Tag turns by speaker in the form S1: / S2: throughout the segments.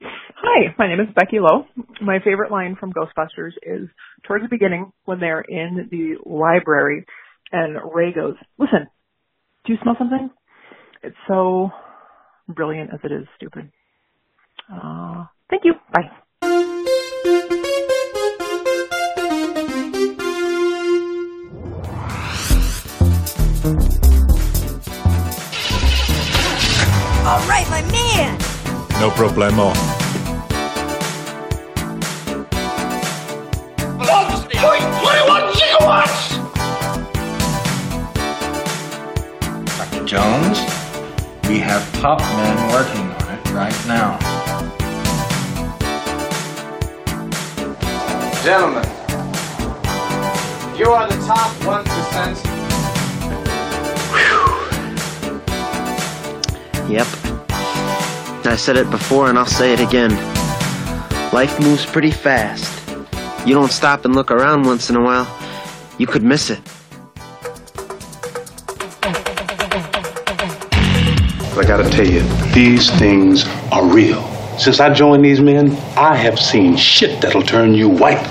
S1: Hi, my name is Becky Lowe. My favorite line from Ghostbusters is towards the beginning when they're in the library and Ray goes, Listen, do you smell something? It's so brilliant as it is stupid. Uh, thank you. Bye.
S2: All right, my man.
S3: No problemo.
S4: Love's doing 21 gigawatts!
S5: Dr. Jones, we have top men working on it right now.
S6: Gentlemen, you are the top 1%.
S7: Yep. I said it before and I'll say it again. Life moves pretty fast. You don't stop and look around once in a while, you could miss it.
S8: I gotta tell you, these things are real. Since I joined these men, I have seen shit that'll turn you white.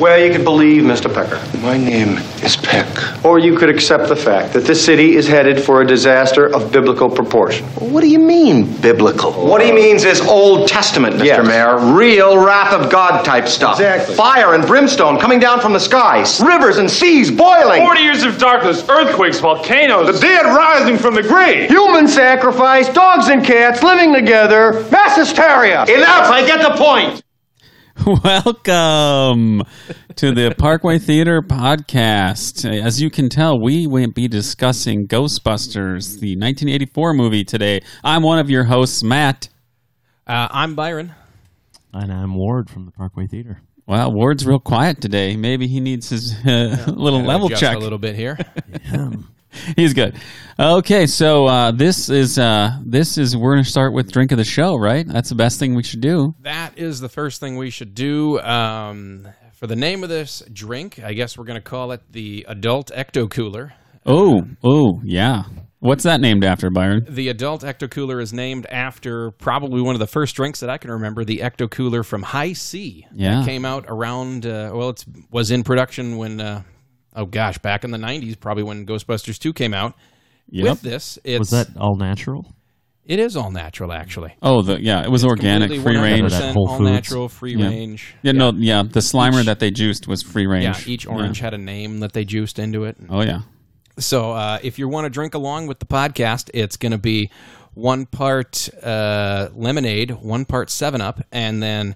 S6: Well, you could believe Mr. Pecker.
S8: My name is Peck.
S6: Or you could accept the fact that this city is headed for a disaster of biblical proportion.
S8: What do you mean, biblical?
S6: What he means is Old Testament, Mr.
S8: Yes.
S6: Mayor. Real wrath of God type stuff.
S8: Exactly.
S6: Fire and brimstone coming down from the skies. Rivers and seas boiling.
S4: 40 years of darkness, earthquakes, volcanoes, the dead rising from the grave.
S6: Human sacrifice, dogs and cats living together, mass hysteria. Enough, I get the point.
S9: Welcome to the Parkway Theater podcast. As you can tell, we will be discussing Ghostbusters, the 1984 movie today. I'm one of your hosts, Matt.
S10: Uh, I'm Byron.
S11: And I'm Ward from the Parkway Theater.
S9: Wow, Ward's real quiet today. Maybe he needs his uh, little
S10: Gotta
S9: level
S10: adjust
S9: check.
S10: a little bit here.
S9: He's good. Okay, so uh, this is uh, this is we're gonna start with drink of the show, right? That's the best thing we should do.
S10: that is the first thing we should do. Um, for the name of this drink, I guess we're going to call it the Adult Ecto Cooler.
S9: Oh, oh, yeah. What's that named after, Byron?
S10: The Adult Ecto Cooler is named after probably one of the first drinks that I can remember, the Ecto Cooler from High C.
S9: Yeah.
S10: It came out around, uh, well, it was in production when, uh, oh gosh, back in the 90s, probably when Ghostbusters 2 came out.
S9: Yep.
S10: With this, it's,
S11: Was that all natural?
S10: it is all natural, actually.
S9: Oh, the yeah, it was organic,
S10: Completely
S9: free range.
S10: 100%
S11: Whole
S10: all
S11: Foods.
S10: natural, free
S9: Yeah.
S10: range.
S9: Yeah, no, yeah. The Slimer that they juiced was free range.
S10: Yeah, each orange had a name that they juiced into it.
S9: Oh yeah.
S10: So uh, if you want to drink along with the podcast, it's going to be one part uh, lemonade, one part Seven Up, and then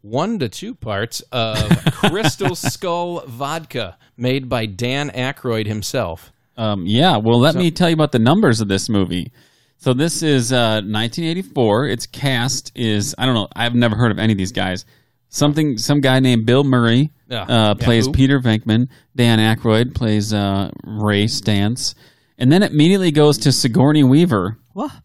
S10: one to two parts of Crystal Skull vodka made by Dan Aykroyd himself.
S9: Um, yeah. Well, let me tell you about the numbers of this movie. So this is uh, 1984. Its cast is I don't know. I've never heard of any of these guys. Something some guy named Bill Murray
S10: Yeah.
S9: uh,
S10: Yeah,
S9: plays
S10: who?
S9: Peter Venkman. Dan Aykroyd plays uh, Ray Stance, and then it immediately goes to Sigourney Weaver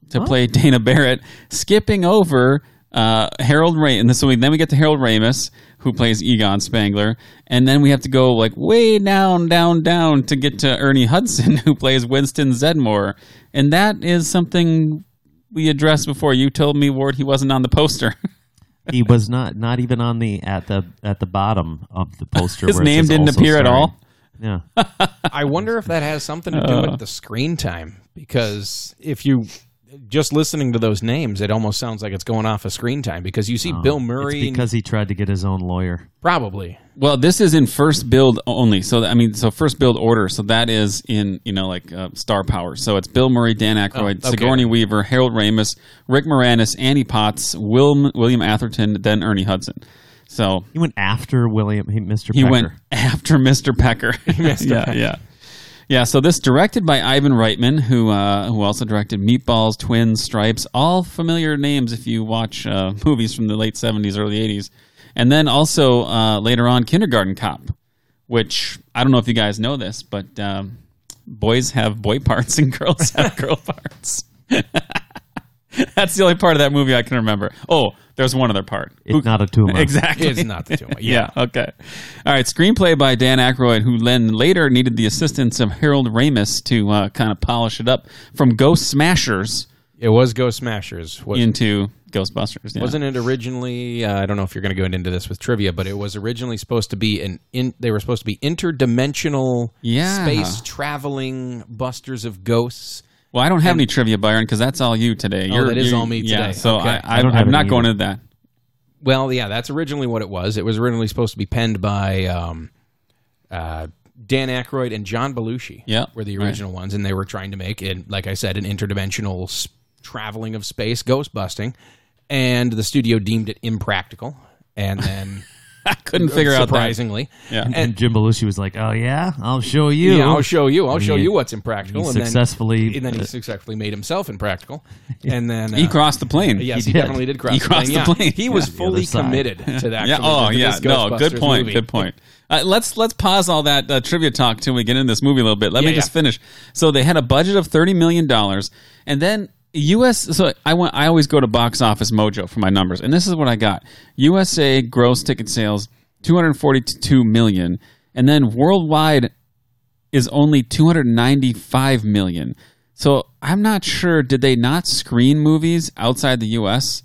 S9: to play Dana Barrett, skipping over uh, Harold Ray. And this we then we get to Harold Ramis, who plays Egon Spangler, and then we have to go like way down, down, down to get to Ernie Hudson, who plays Winston Zedmore, and that is something we addressed before. You told me Ward he wasn't on the poster.
S11: He was not not even on the at the at the bottom of the poster.
S9: His
S11: where it
S9: name
S11: says
S9: didn't
S11: also
S9: appear at all? Uh.
S11: starring. Yeah.
S10: I wonder if that has something to do with the screen time because if you just listening to those names, it almost sounds like it's going off of screen time because you see Bill Murray
S11: It's because he tried to get his own lawyer.
S10: probably
S9: Well, this is in first build only. So I mean, so first build order. So that is in you know like uh, star power. So it's Bill Murray, Dan Aykroyd,
S10: Oh, okay.
S9: Sigourney Weaver, Harold Ramis, Rick Moranis, Annie Potts, Will William Atherton, then Ernie Hudson. So
S11: He went after William, he, Mr.
S9: he
S11: Pecker.
S9: went after Mr. Pecker. yeah, yeah, yeah. So this directed by Ivan Reitman, who uh, who also directed Meatballs, Twins, Stripes, all familiar names if you watch uh, movies from the late seventies, early eighties, and then also uh, later on Kindergarten Cop, which I don't know if you guys know this, but um, boys have boy parts and girls have girl parts. That's the only part of that movie I can remember. Oh, there's one other part.
S11: It's not a tumor.
S9: Exactly.
S10: it's not the two.
S9: Yeah. Okay. All right. Screenplay by Dan Aykroyd, who then later needed the assistance of Harold Ramis to uh, kind of polish it up from Ghost Smashers,
S10: It was Ghost Smashers. Was,
S9: into Ghostbusters. yeah.
S10: Wasn't it originally? Uh, I don't know if you're going to go into this with trivia, but it was originally supposed to be an in. They were supposed to be interdimensional,
S9: Yeah.
S10: space traveling busters of ghosts.
S9: Well, I don't have any trivia, Byron, because that's all you today.
S10: Oh, that is all me
S9: Yeah,
S10: today.
S9: so
S10: Okay.
S9: I, I,
S11: I don't have
S9: I'm not
S11: any
S9: going into that.
S10: Well, yeah, that's originally what it was. It was originally supposed to be penned by um, uh, Dan Aykroyd and John Belushi.
S9: Yeah,
S10: were the
S9: right.
S10: original ones, and they were trying to make it, like I said, an interdimensional s- traveling of space ghost busting. And the studio deemed it impractical, and then
S9: I couldn't figure out that.
S10: surprisingly,
S9: Yeah.
S11: And Jim Belushi was like, "Oh yeah, I'll show you."
S10: Yeah, I'll show you. I'll show
S11: he-
S10: you what's impractical.
S11: he
S10: and
S11: successfully-
S10: then, and then he successfully made himself impractical, and then uh,
S9: He crossed the plane.
S10: Yes, he,
S11: He did.
S10: definitely did cross.
S9: He
S10: the
S9: crossed
S10: plane.
S9: the
S10: yeah.
S9: plane.
S10: He
S9: Yeah,
S10: was
S11: the
S10: fully
S11: other side.
S10: committed to that.
S9: yeah. Oh, yeah. No. Good point.
S10: Movie.
S9: Good point. Uh, let's let's pause all that uh, trivia talk till we get into this movie a little bit. Let me
S10: Yeah,
S9: just
S10: yeah.
S9: finish. So they had a budget of thirty million dollars, and then U.S. So I want I always go to Box Office Mojo for my numbers, and this is what I got: USA gross ticket sales two hundred forty-two million, and then worldwide is only 295 million. So I'm not sure. Did they not screen movies outside the U.S.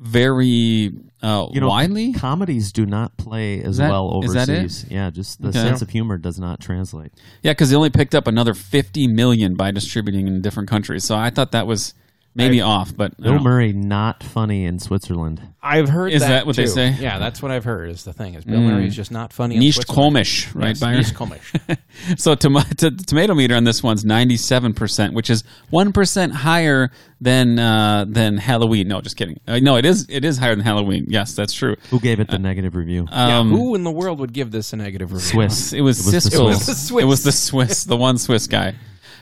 S9: very uh,
S11: You know,
S9: widely?
S11: comedies do not play as
S9: that-
S11: well
S9: is that it?
S11: overseas. Yeah, just the
S9: Okay.
S11: sense of humor does not translate.
S9: Yeah, because they only picked up another 50 million by distributing in different countries. So I thought that was maybe off, but I
S11: Bill
S9: don't-
S11: Murray not funny in Switzerland.
S10: I've heard.
S9: Is
S10: that,
S9: that what they
S10: too.
S9: say? Mm.
S10: Yeah, that's what I've heard. Is the thing is Bill Murray's just not funny. in
S9: nicht
S10: Switzerland.
S9: komisch, right,
S10: Yes,
S9: Byron?
S10: nicht komisch.
S9: so tom- t- tomato meter on this one's 97%, which is 1% higher than uh, than Halloween. No, just kidding. Uh, no, it is it is higher than Halloween. Yes, that's true.
S11: Who gave it the
S9: Uh,
S11: negative review?
S9: um,
S10: Yeah, who in the world would give this a negative review?
S11: Swiss.
S9: It was
S11: the
S9: Siskel.
S11: Swiss.
S10: the Swiss.
S9: It was the Swiss, the one Swiss guy.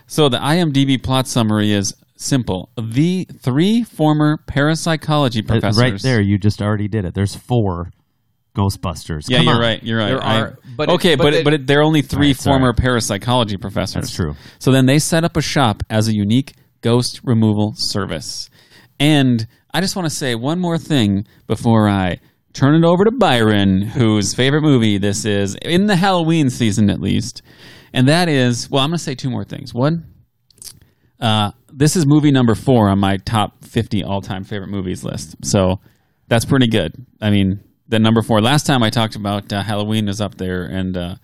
S9: So the IMDb plot summary is simple. The three former parapsychology
S11: Uh,
S9: professors.
S11: Right there, you just yeah, you just already did it. There's four Ghostbusters.
S9: Yeah,
S11: Come
S9: you're
S11: on.
S9: right. You're right.
S10: There
S9: I-
S10: are- but it-
S9: okay,
S10: but
S9: but
S10: it-
S9: it, but it, they're only three
S11: Right, sorry.
S9: former parapsychology professors.
S11: That's true.
S9: So then they set up a shop as a unique ghost removal service. And I just want to say one more thing before I turn it over to Byron, whose favorite movie this is in the Halloween season at least. And that is, well, I'm going to say two more things. One, uh, this is movie number four on my top 50 all time favorite movies list. So that's pretty good. I mean, the number four. Last time I talked about uh, Halloween was up there, and uh,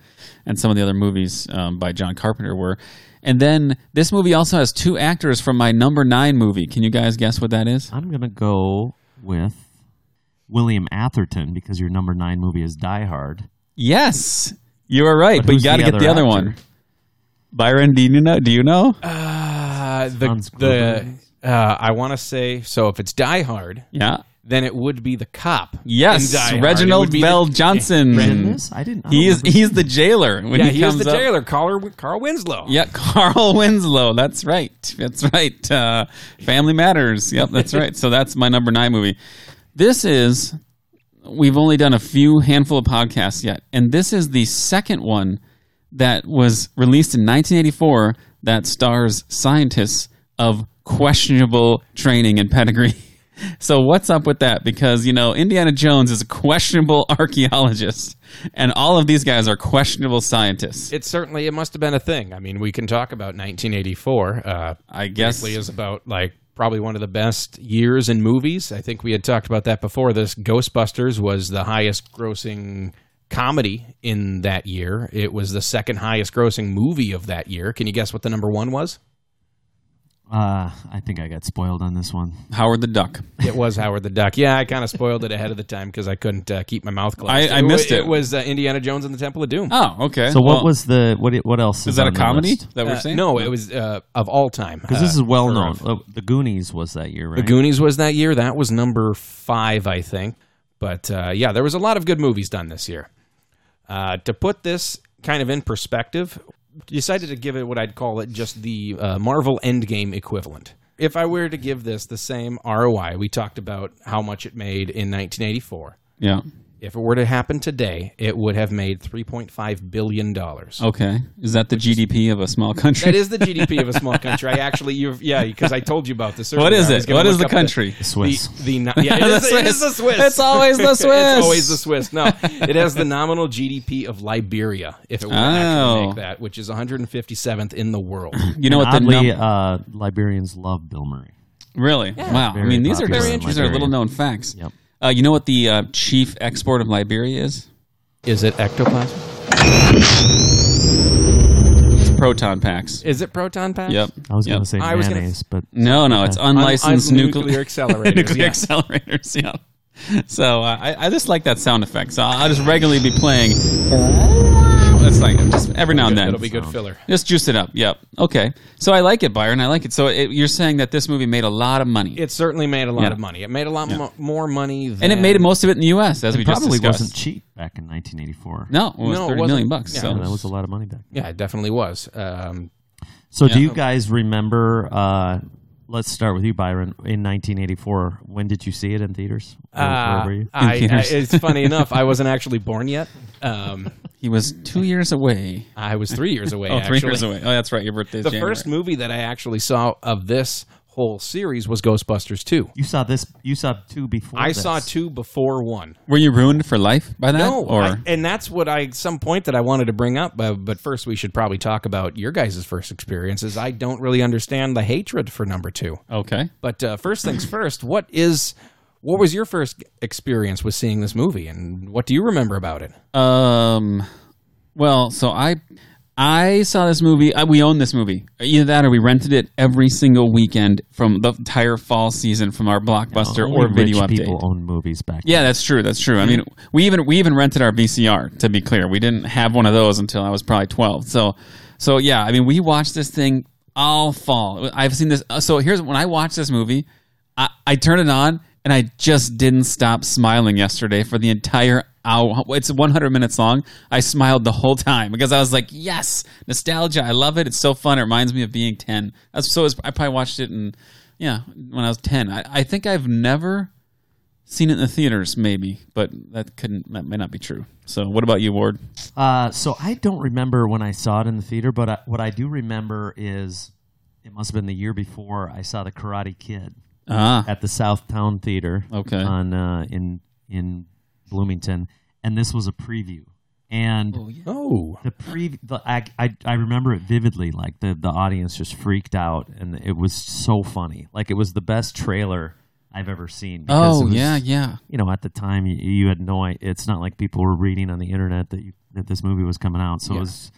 S9: and some of the other movies um, by John Carpenter were. And then this movie also has two actors from my number nine movie. Can you guys guess what that is?
S11: I'm gonna go with William Atherton because your number nine movie is Die Hard.
S9: Yes, you are right,
S11: But
S9: but, you
S11: who's
S9: got to
S11: the
S9: get the
S11: other
S9: other
S11: actor?
S9: one. Byron, do you know? Do you know?
S10: Uh,
S11: Hans
S10: the
S11: Gruber.
S10: the uh, I want to say so. If it's Die Hard,
S9: yeah.
S10: then it would be the cop.
S9: Yes,
S10: in Die Hard. It would
S9: Reginald
S10: be the-
S9: Bell Johnson.
S11: Is it this? I didn't. I
S9: He
S11: don't
S9: is.
S11: remember.
S9: He's the jailer. When
S10: Yeah,
S9: he,
S10: he was
S9: comes
S10: the
S9: up.
S10: jailer, Carl, Carl Winslow.
S9: Yeah, Carl Winslow. That's right. That's right. Uh, Family Matters. Yep, that's right. So that's my number nine movie. This is. We've only done a few handful of podcasts yet, and this is the second one that was released in 1984 that stars scientists of questionable training and pedigree. So what's up with that? Because you know Indiana Jones is a questionable archaeologist, and all of these guys are questionable scientists.
S10: It certainly it must have been a thing. I mean, we can talk about 1984. Uh,
S9: I guess
S10: briefly is about like probably one of the best years in movies. I think we had talked about that before. This Ghostbusters was the highest grossing comedy in that year. It was the second highest grossing movie of that year. Can you guess what the number one was?
S11: Uh, I think I got spoiled on this one.
S9: Howard the Duck.
S10: It was Howard the Duck. Yeah, I kind of spoiled it ahead of the time because I couldn't uh, keep my mouth closed.
S9: I- I
S10: wa-
S9: missed it.
S10: It was uh, Indiana Jones and the Temple of Doom.
S9: Oh, okay.
S11: So what
S9: Well,
S11: was the what? i- What else is,
S9: is that a
S11: on the
S9: comedy
S11: list?
S9: that we're
S10: Uh,
S9: saying?
S10: no, it was uh, of all time.
S11: Because this is
S10: Uh,
S11: well
S10: for-
S11: known. Oh, the Goonies was that year, right?
S10: The Goonies was that year. That was number five, I think. But uh, yeah, there was a lot of good movies done this year. Uh, to put this kind of in perspective, decided to give it what I'd call it just the uh, Marvel Endgame equivalent. If I were to give this the same ROI, we talked about how much it made in 1984.
S9: Yeah.
S10: If it were to happen today, it would have made 3.5 billion dollars.
S9: Okay. Is that the GDP of a small country?
S10: That is the GDP of a small country. I actually, you've, yeah, because I told you about this. Earlier.
S9: What is
S10: I was
S9: it?
S10: gonna
S9: What is
S10: look
S9: the
S10: up
S9: country?
S11: Swiss.
S10: The, the no- yeah, it is,
S9: The
S10: it is the
S9: Swiss.
S10: Swiss.
S9: It's always the Swiss.
S10: it's always the Swiss. No, it has the nominal GDP of Liberia, if it were to actually
S9: Oh.
S10: make that, which is 157th in the world.
S9: you know what the
S11: Oddly,
S9: num-
S11: uh, Liberians love Bill Murray.
S9: Really? Wow. I
S11: Very
S9: mean, these are
S11: popular
S9: just,
S11: in
S9: these are
S11: Liberia.
S9: little known facts.
S11: Yep.
S9: Uh, you know what the uh, chief export of Liberia is?
S10: Is it ectoplasm?
S9: It's proton packs.
S10: Is it proton packs?
S9: Yep.
S11: I was
S9: Yep.
S11: going to say
S10: I was gonna-
S11: mayonnaise, but
S9: No, no, it's unlicensed
S10: un-
S9: nucle-
S10: nuclear accelerators,
S9: nuclear
S10: yeah.
S9: accelerators. Yeah. So uh, I, I just like that sound effect. So I'll I'll just regularly be playing. It's like just every now and then.
S10: It'll be good filler.
S9: Just juice it up. Yep. Okay. So I like it, Byron. I like it. So it, you're saying that this movie made a lot of money,
S10: It certainly made a lot
S9: Yeah.
S10: of money. It made a lot mo- more money than
S9: and it made most of it in the U.S. As we just
S11: probably
S9: discussed.
S11: wasn't cheap back in 1984.
S9: No, it was
S10: No, it
S9: thirty
S10: wasn't.
S9: million bucks.
S10: Yeah.
S9: so
S11: that was a lot of money back.
S10: Yeah, it definitely was. Um,
S11: So, do you guys remember? Uh, let's start with you, Byron. In 1984, when did you see it in theaters? Or- or
S10: uh,
S11: were you?
S10: I, I,
S9: theaters.
S10: it's funny enough, I wasn't actually born yet. Um,
S9: he was two years away.
S10: I was three years away.
S9: Oh, three
S10: actually.
S9: years away. Oh, that's right. Your birthday's
S10: The
S9: January.
S10: first movie that I actually saw of this whole series was Ghostbusters 2.
S11: You saw this. You saw two before.
S10: I
S11: this.
S10: saw two before one.
S9: Were you ruined for life by that?
S10: No,
S9: or
S10: I- and that's what I some point that I wanted to bring up. But, but first, we should probably talk about your guys' first experiences. I don't really understand the hatred for number two.
S9: okay.
S10: But uh, first things first, what is what was your first experience with seeing this movie, and what do you remember about it?
S9: Um, well, so I I saw this movie. I, we own this movie. Either that or we rented it every single weekend from the entire fall season from our blockbuster
S11: Only
S9: or video
S11: rich
S9: update.
S11: People own movies back.
S9: Yeah, that's true. That's true. I mean, we even we even rented our VCR. To be clear, we didn't have one of those until I was probably twelve. So, so yeah, I mean, we watched this thing all fall. I've seen this. uh, So here's when I watched this movie, I, I turned it on and I just didn't stop smiling yesterday for the entire hour. It's 100 minutes long. I smiled the whole time because I was like, yes, nostalgia. I love it. It's so fun. It reminds me of being 10. That's so. it's- I probably watched it in yeah when I was 10. I, I think I've never seen it in the theaters, maybe, but that couldn't that may not be true. So, what about you, Ward?
S11: Uh, so I don't remember when I saw it in the theater, but I, what I do remember is it must have been the year before I saw the Karate Kid
S9: Ah,
S11: at the Southtown Theater.
S9: Okay.
S11: On uh, in in Bloomington, and this was a preview. And
S10: Oh,
S11: the pre the, I, I I remember it vividly like the the audience just freaked out and it was so funny like it was the best trailer I've ever seen because
S9: oh
S11: it was-
S9: yeah, yeah,
S11: you know at the time you, you had no i- it's not like people were reading on the internet that you, that this movie was coming out so it was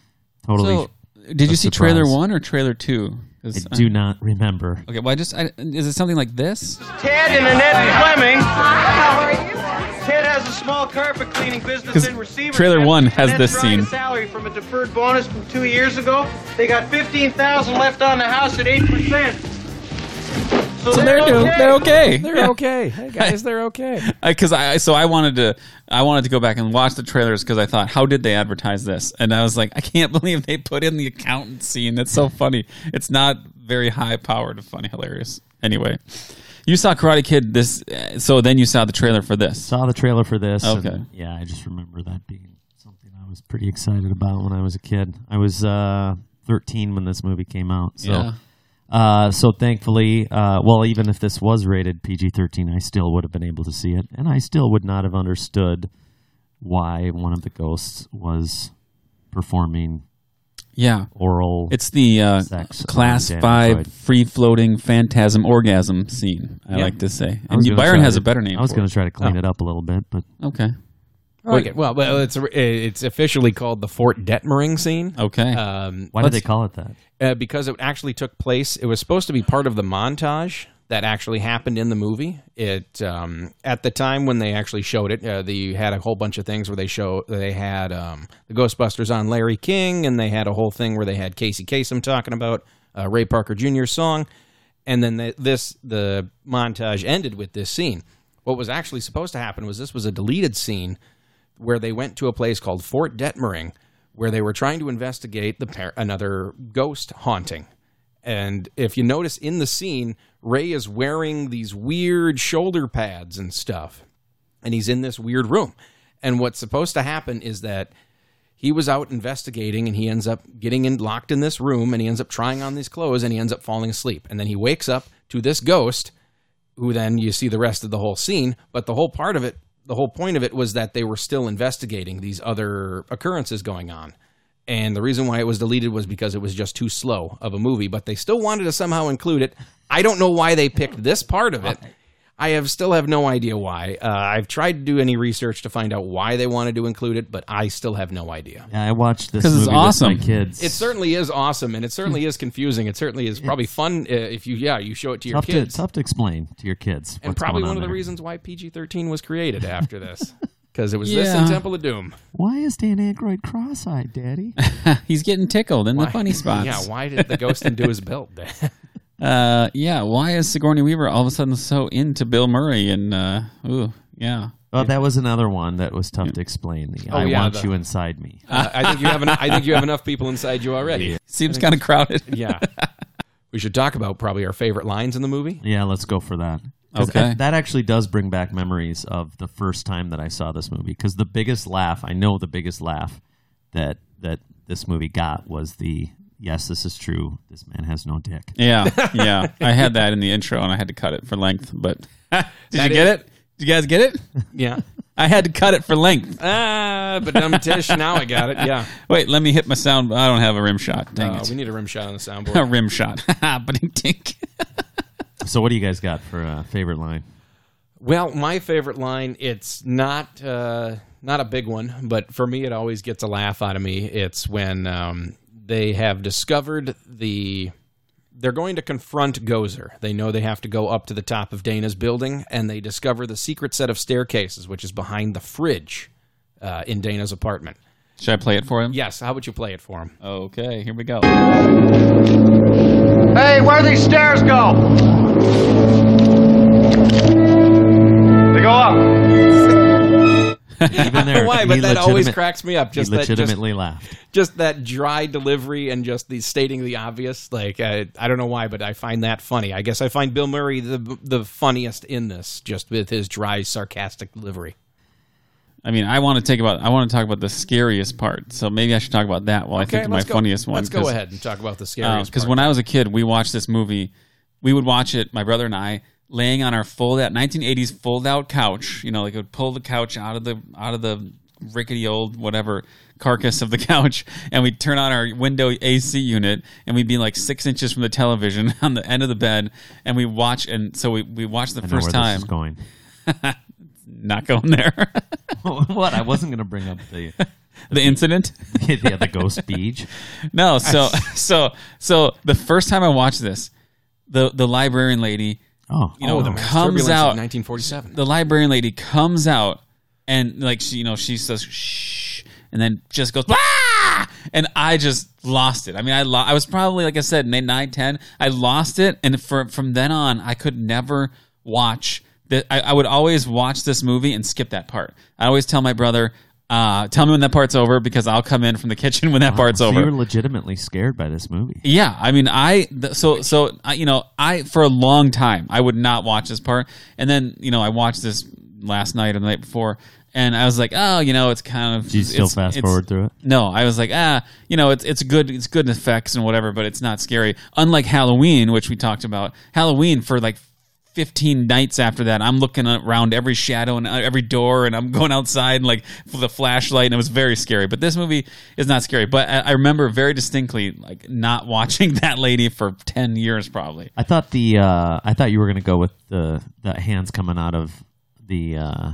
S11: totally
S9: So, did you
S11: a
S9: see trailer
S11: surprise.
S9: one or trailer two? 'Cause
S11: I do not remember
S9: I- okay, well, I just I, is it something like this?
S6: Ted and Annette Fleming. Ted has a small carpet cleaning business
S9: 'Cause
S6: in Receiver.
S9: trailer one has
S6: Annette's
S9: this
S6: drawing a
S9: scene.
S6: salary from a deferred bonus from two years ago. They got fifteen thousand left on the house at eight percent.
S9: So they're doing they're okay.
S10: they're okay. Hey guys, they're okay.
S9: because I so I wanted to I wanted to go back and watch the trailers because I thought how did they advertise this and I was like I can't believe they put in the accountant scene that's so funny it's not very high powered funny hilarious anyway you saw Karate Kid this uh, so then you saw the trailer for this
S11: saw the trailer for this and,
S9: Okay.
S11: yeah I just remember that being something I was pretty excited about when I was a kid I was uh 13 when this movie came out so
S9: Yeah.
S11: Uh, so thankfully, uh, well, even if this was rated PG 13, I still would have been able to see it. And I still would not have understood why one of the ghosts was performing
S9: yeah
S11: oral.
S9: it's the uh,
S11: Sex
S9: class
S11: on Dan
S9: five
S11: Aykroyd.
S9: free floating phantasm orgasm scene I like to say
S11: I was
S9: and you-
S11: gonna
S9: Byron
S11: try
S9: has
S11: to-
S9: a better name
S11: I was
S9: for
S11: going
S9: it.
S11: to try to clean
S9: Oh.
S11: it up a little bit, but
S9: okay
S10: I like it. Well, well, it's it's officially called the Fort Detmering scene.
S9: okay
S10: Um,
S11: why did they call it that?
S10: uh, because it actually took place. It was supposed to be part of the montage that actually happened in the movie. It um, at the time when they actually showed it, uh, they had a whole bunch of things where they show they had um, the Ghostbusters on Larry King, and they had a whole thing where they had Casey Kasem talking about uh, Ray Parker Jr.'s song, and then the, this the montage ended with this scene. What was actually supposed to happen was this was a deleted scene where they went to a place called Fort Detmering, where they were trying to investigate the par- another ghost haunting. And if you notice in the scene, Ray is wearing these weird shoulder pads and stuff, and he's in this weird room. And what's supposed to happen is that he was out investigating and he ends up getting in locked in this room and he ends up trying on these clothes and he ends up falling asleep and then he wakes up to this ghost who then you see the rest of the whole scene. But the whole part of it, the whole point of it was that they were still investigating these other occurrences going on. and the reason why it was deleted was because it was just too slow of a movie. But they still wanted to somehow include it. I don't know why they picked this part of it. I have still have no idea why. Uh, I've tried to do any research to find out why they wanted to include it, but I still have no idea.
S11: Yeah, I watched this
S9: 'Cause it's
S11: movie
S9: awesome.
S11: with my kids.
S10: It certainly is awesome, and it certainly is confusing. It certainly is probably fun uh, if you, yeah, you show it to your
S11: tough to,
S10: kids.
S11: tough to explain to your kids.
S10: and
S11: what's
S10: probably
S11: going on
S10: one of the
S11: there.
S10: reasons why PG 13 was created after this. Because it was this
S9: Yeah.
S10: and Temple of Doom.
S11: Why is Dan Aykroyd cross-eyed, Daddy?
S9: He's getting tickled in the
S10: Why-
S9: funny spots.
S10: Yeah, why did the ghost and do his belt? then?
S9: Uh, yeah. Why is Sigourney Weaver all of a sudden so into Bill Murray? And uh, ooh, yeah. Oh,
S11: oh, that was another one that was tough to explain. The I
S10: yeah,
S11: want
S10: the-
S11: you inside me.
S10: Uh, I think you have. Enough, I think you have enough people inside you already.
S9: Seems kind of crowded.
S10: Yeah. We should talk about probably our favorite lines in the movie.
S11: Yeah, let's go for that. 'Cause
S9: Okay.
S11: I- that actually does bring back memories of the first time that I saw this movie. Because the biggest laugh, I know the biggest laugh that that this movie got was the "Yes, this is true. This man has no dick."
S9: Yeah, yeah. I had that in the intro, and I had to cut it for length. But did you get it? Did you guys get it?
S10: Yeah.
S9: I had to cut it for length.
S10: Ah, but dumb tish. Now I got it. Yeah.
S9: Wait, let me hit my sound. I don't have a rim shot. Dang
S10: Uh,
S9: it.
S10: we need a rim shot on the
S9: a
S10: soundboard.
S9: rim shot. but tink.
S11: So, what do you guys got for uh, favorite line?
S10: Well, my favorite line. It's not uh, not a big one, but for me, it always gets a laugh out of me. It's when um, they have discovered the. They're going to confront Gozer. They know they have to go up to the top of Dana's building, and they discover the secret set of staircases, which is behind the fridge uh, in Dana's apartment.
S9: Should I play it for him?
S10: Yes, how would you play it for him?
S9: Okay, here we go.
S6: Hey, where these stairs go? They go up.
S11: Even there,
S10: Why?
S11: he
S10: But that always
S11: legitimate-
S10: cracks me up.
S11: He
S10: Just that, just,
S11: legitimately laughed.
S10: just that dry delivery and just the stating the obvious. Like I, I don't know why, but I find that funny. I guess I find Bill Murray the the funniest in this, just with his dry, sarcastic delivery.
S9: I mean, I want to take about. I want to talk about the scariest part. So maybe I should talk about that while I think of my
S10: let's go-
S9: funniest one.
S10: Let's go
S9: 'cause-
S10: ahead and talk
S11: Oh,
S10: about the scariest.
S9: because
S10: part.
S9: Oh, when I was a kid, we watched this movie. We would watch it, my brother and I, laying on our fold out 1980s fold out couch. You know, like it would pull the couch out of the out of the rickety old whatever carcass of the couch, and we'd turn on our window AC unit, and we'd be like six inches from the television on the end of the bed, and we watch. And so we we watched the
S11: I know
S9: first
S11: where
S9: time.
S11: this is going.
S9: Not going there.
S11: what? I wasn't going to bring up the
S9: the incident.
S11: yeah, the ghost beach.
S9: No, so so so the first time I watched this, the the librarian lady.
S11: Oh,
S9: you know,
S10: the mass turbulence
S9: comes
S10: of
S9: out.
S10: 1947.
S9: The librarian lady comes out and like she, you know, she says shh, and then just goes "Wah!" and I just lost it. I mean, I lo- I was probably like I said nine, nine, ten. I lost it, and for, from then on, I could never watch. The, I, I would always watch this movie and skip that part. I always tell my brother, uh, "Tell me when that part's over," because I'll come in from the kitchen when that
S10: Oh,
S9: part's
S11: so
S9: over.
S11: you were legitimately scared by this movie.
S9: Yeah, I mean, I th- so so I, you know I for a long time I would not watch this part, and then you know I watched this last night or the night before, and I was like, oh, you know, it's kind of.
S11: Do you still
S9: it's-
S11: fast
S9: it's-
S11: forward through it?
S9: No, I was like, ah, you know, it's it's good, it's good effects and whatever, but it's not scary. Unlike Halloween, which we talked about, Halloween for like. 15 nights after that i'm looking around every shadow and uh, every door and i'm going outside and like with a flashlight and it was very scary but this movie is not scary but i, I remember very distinctly like not watching that lady for 10 years probably
S11: I thought the uh, I thought you were going to go with the the hands coming out of the uh,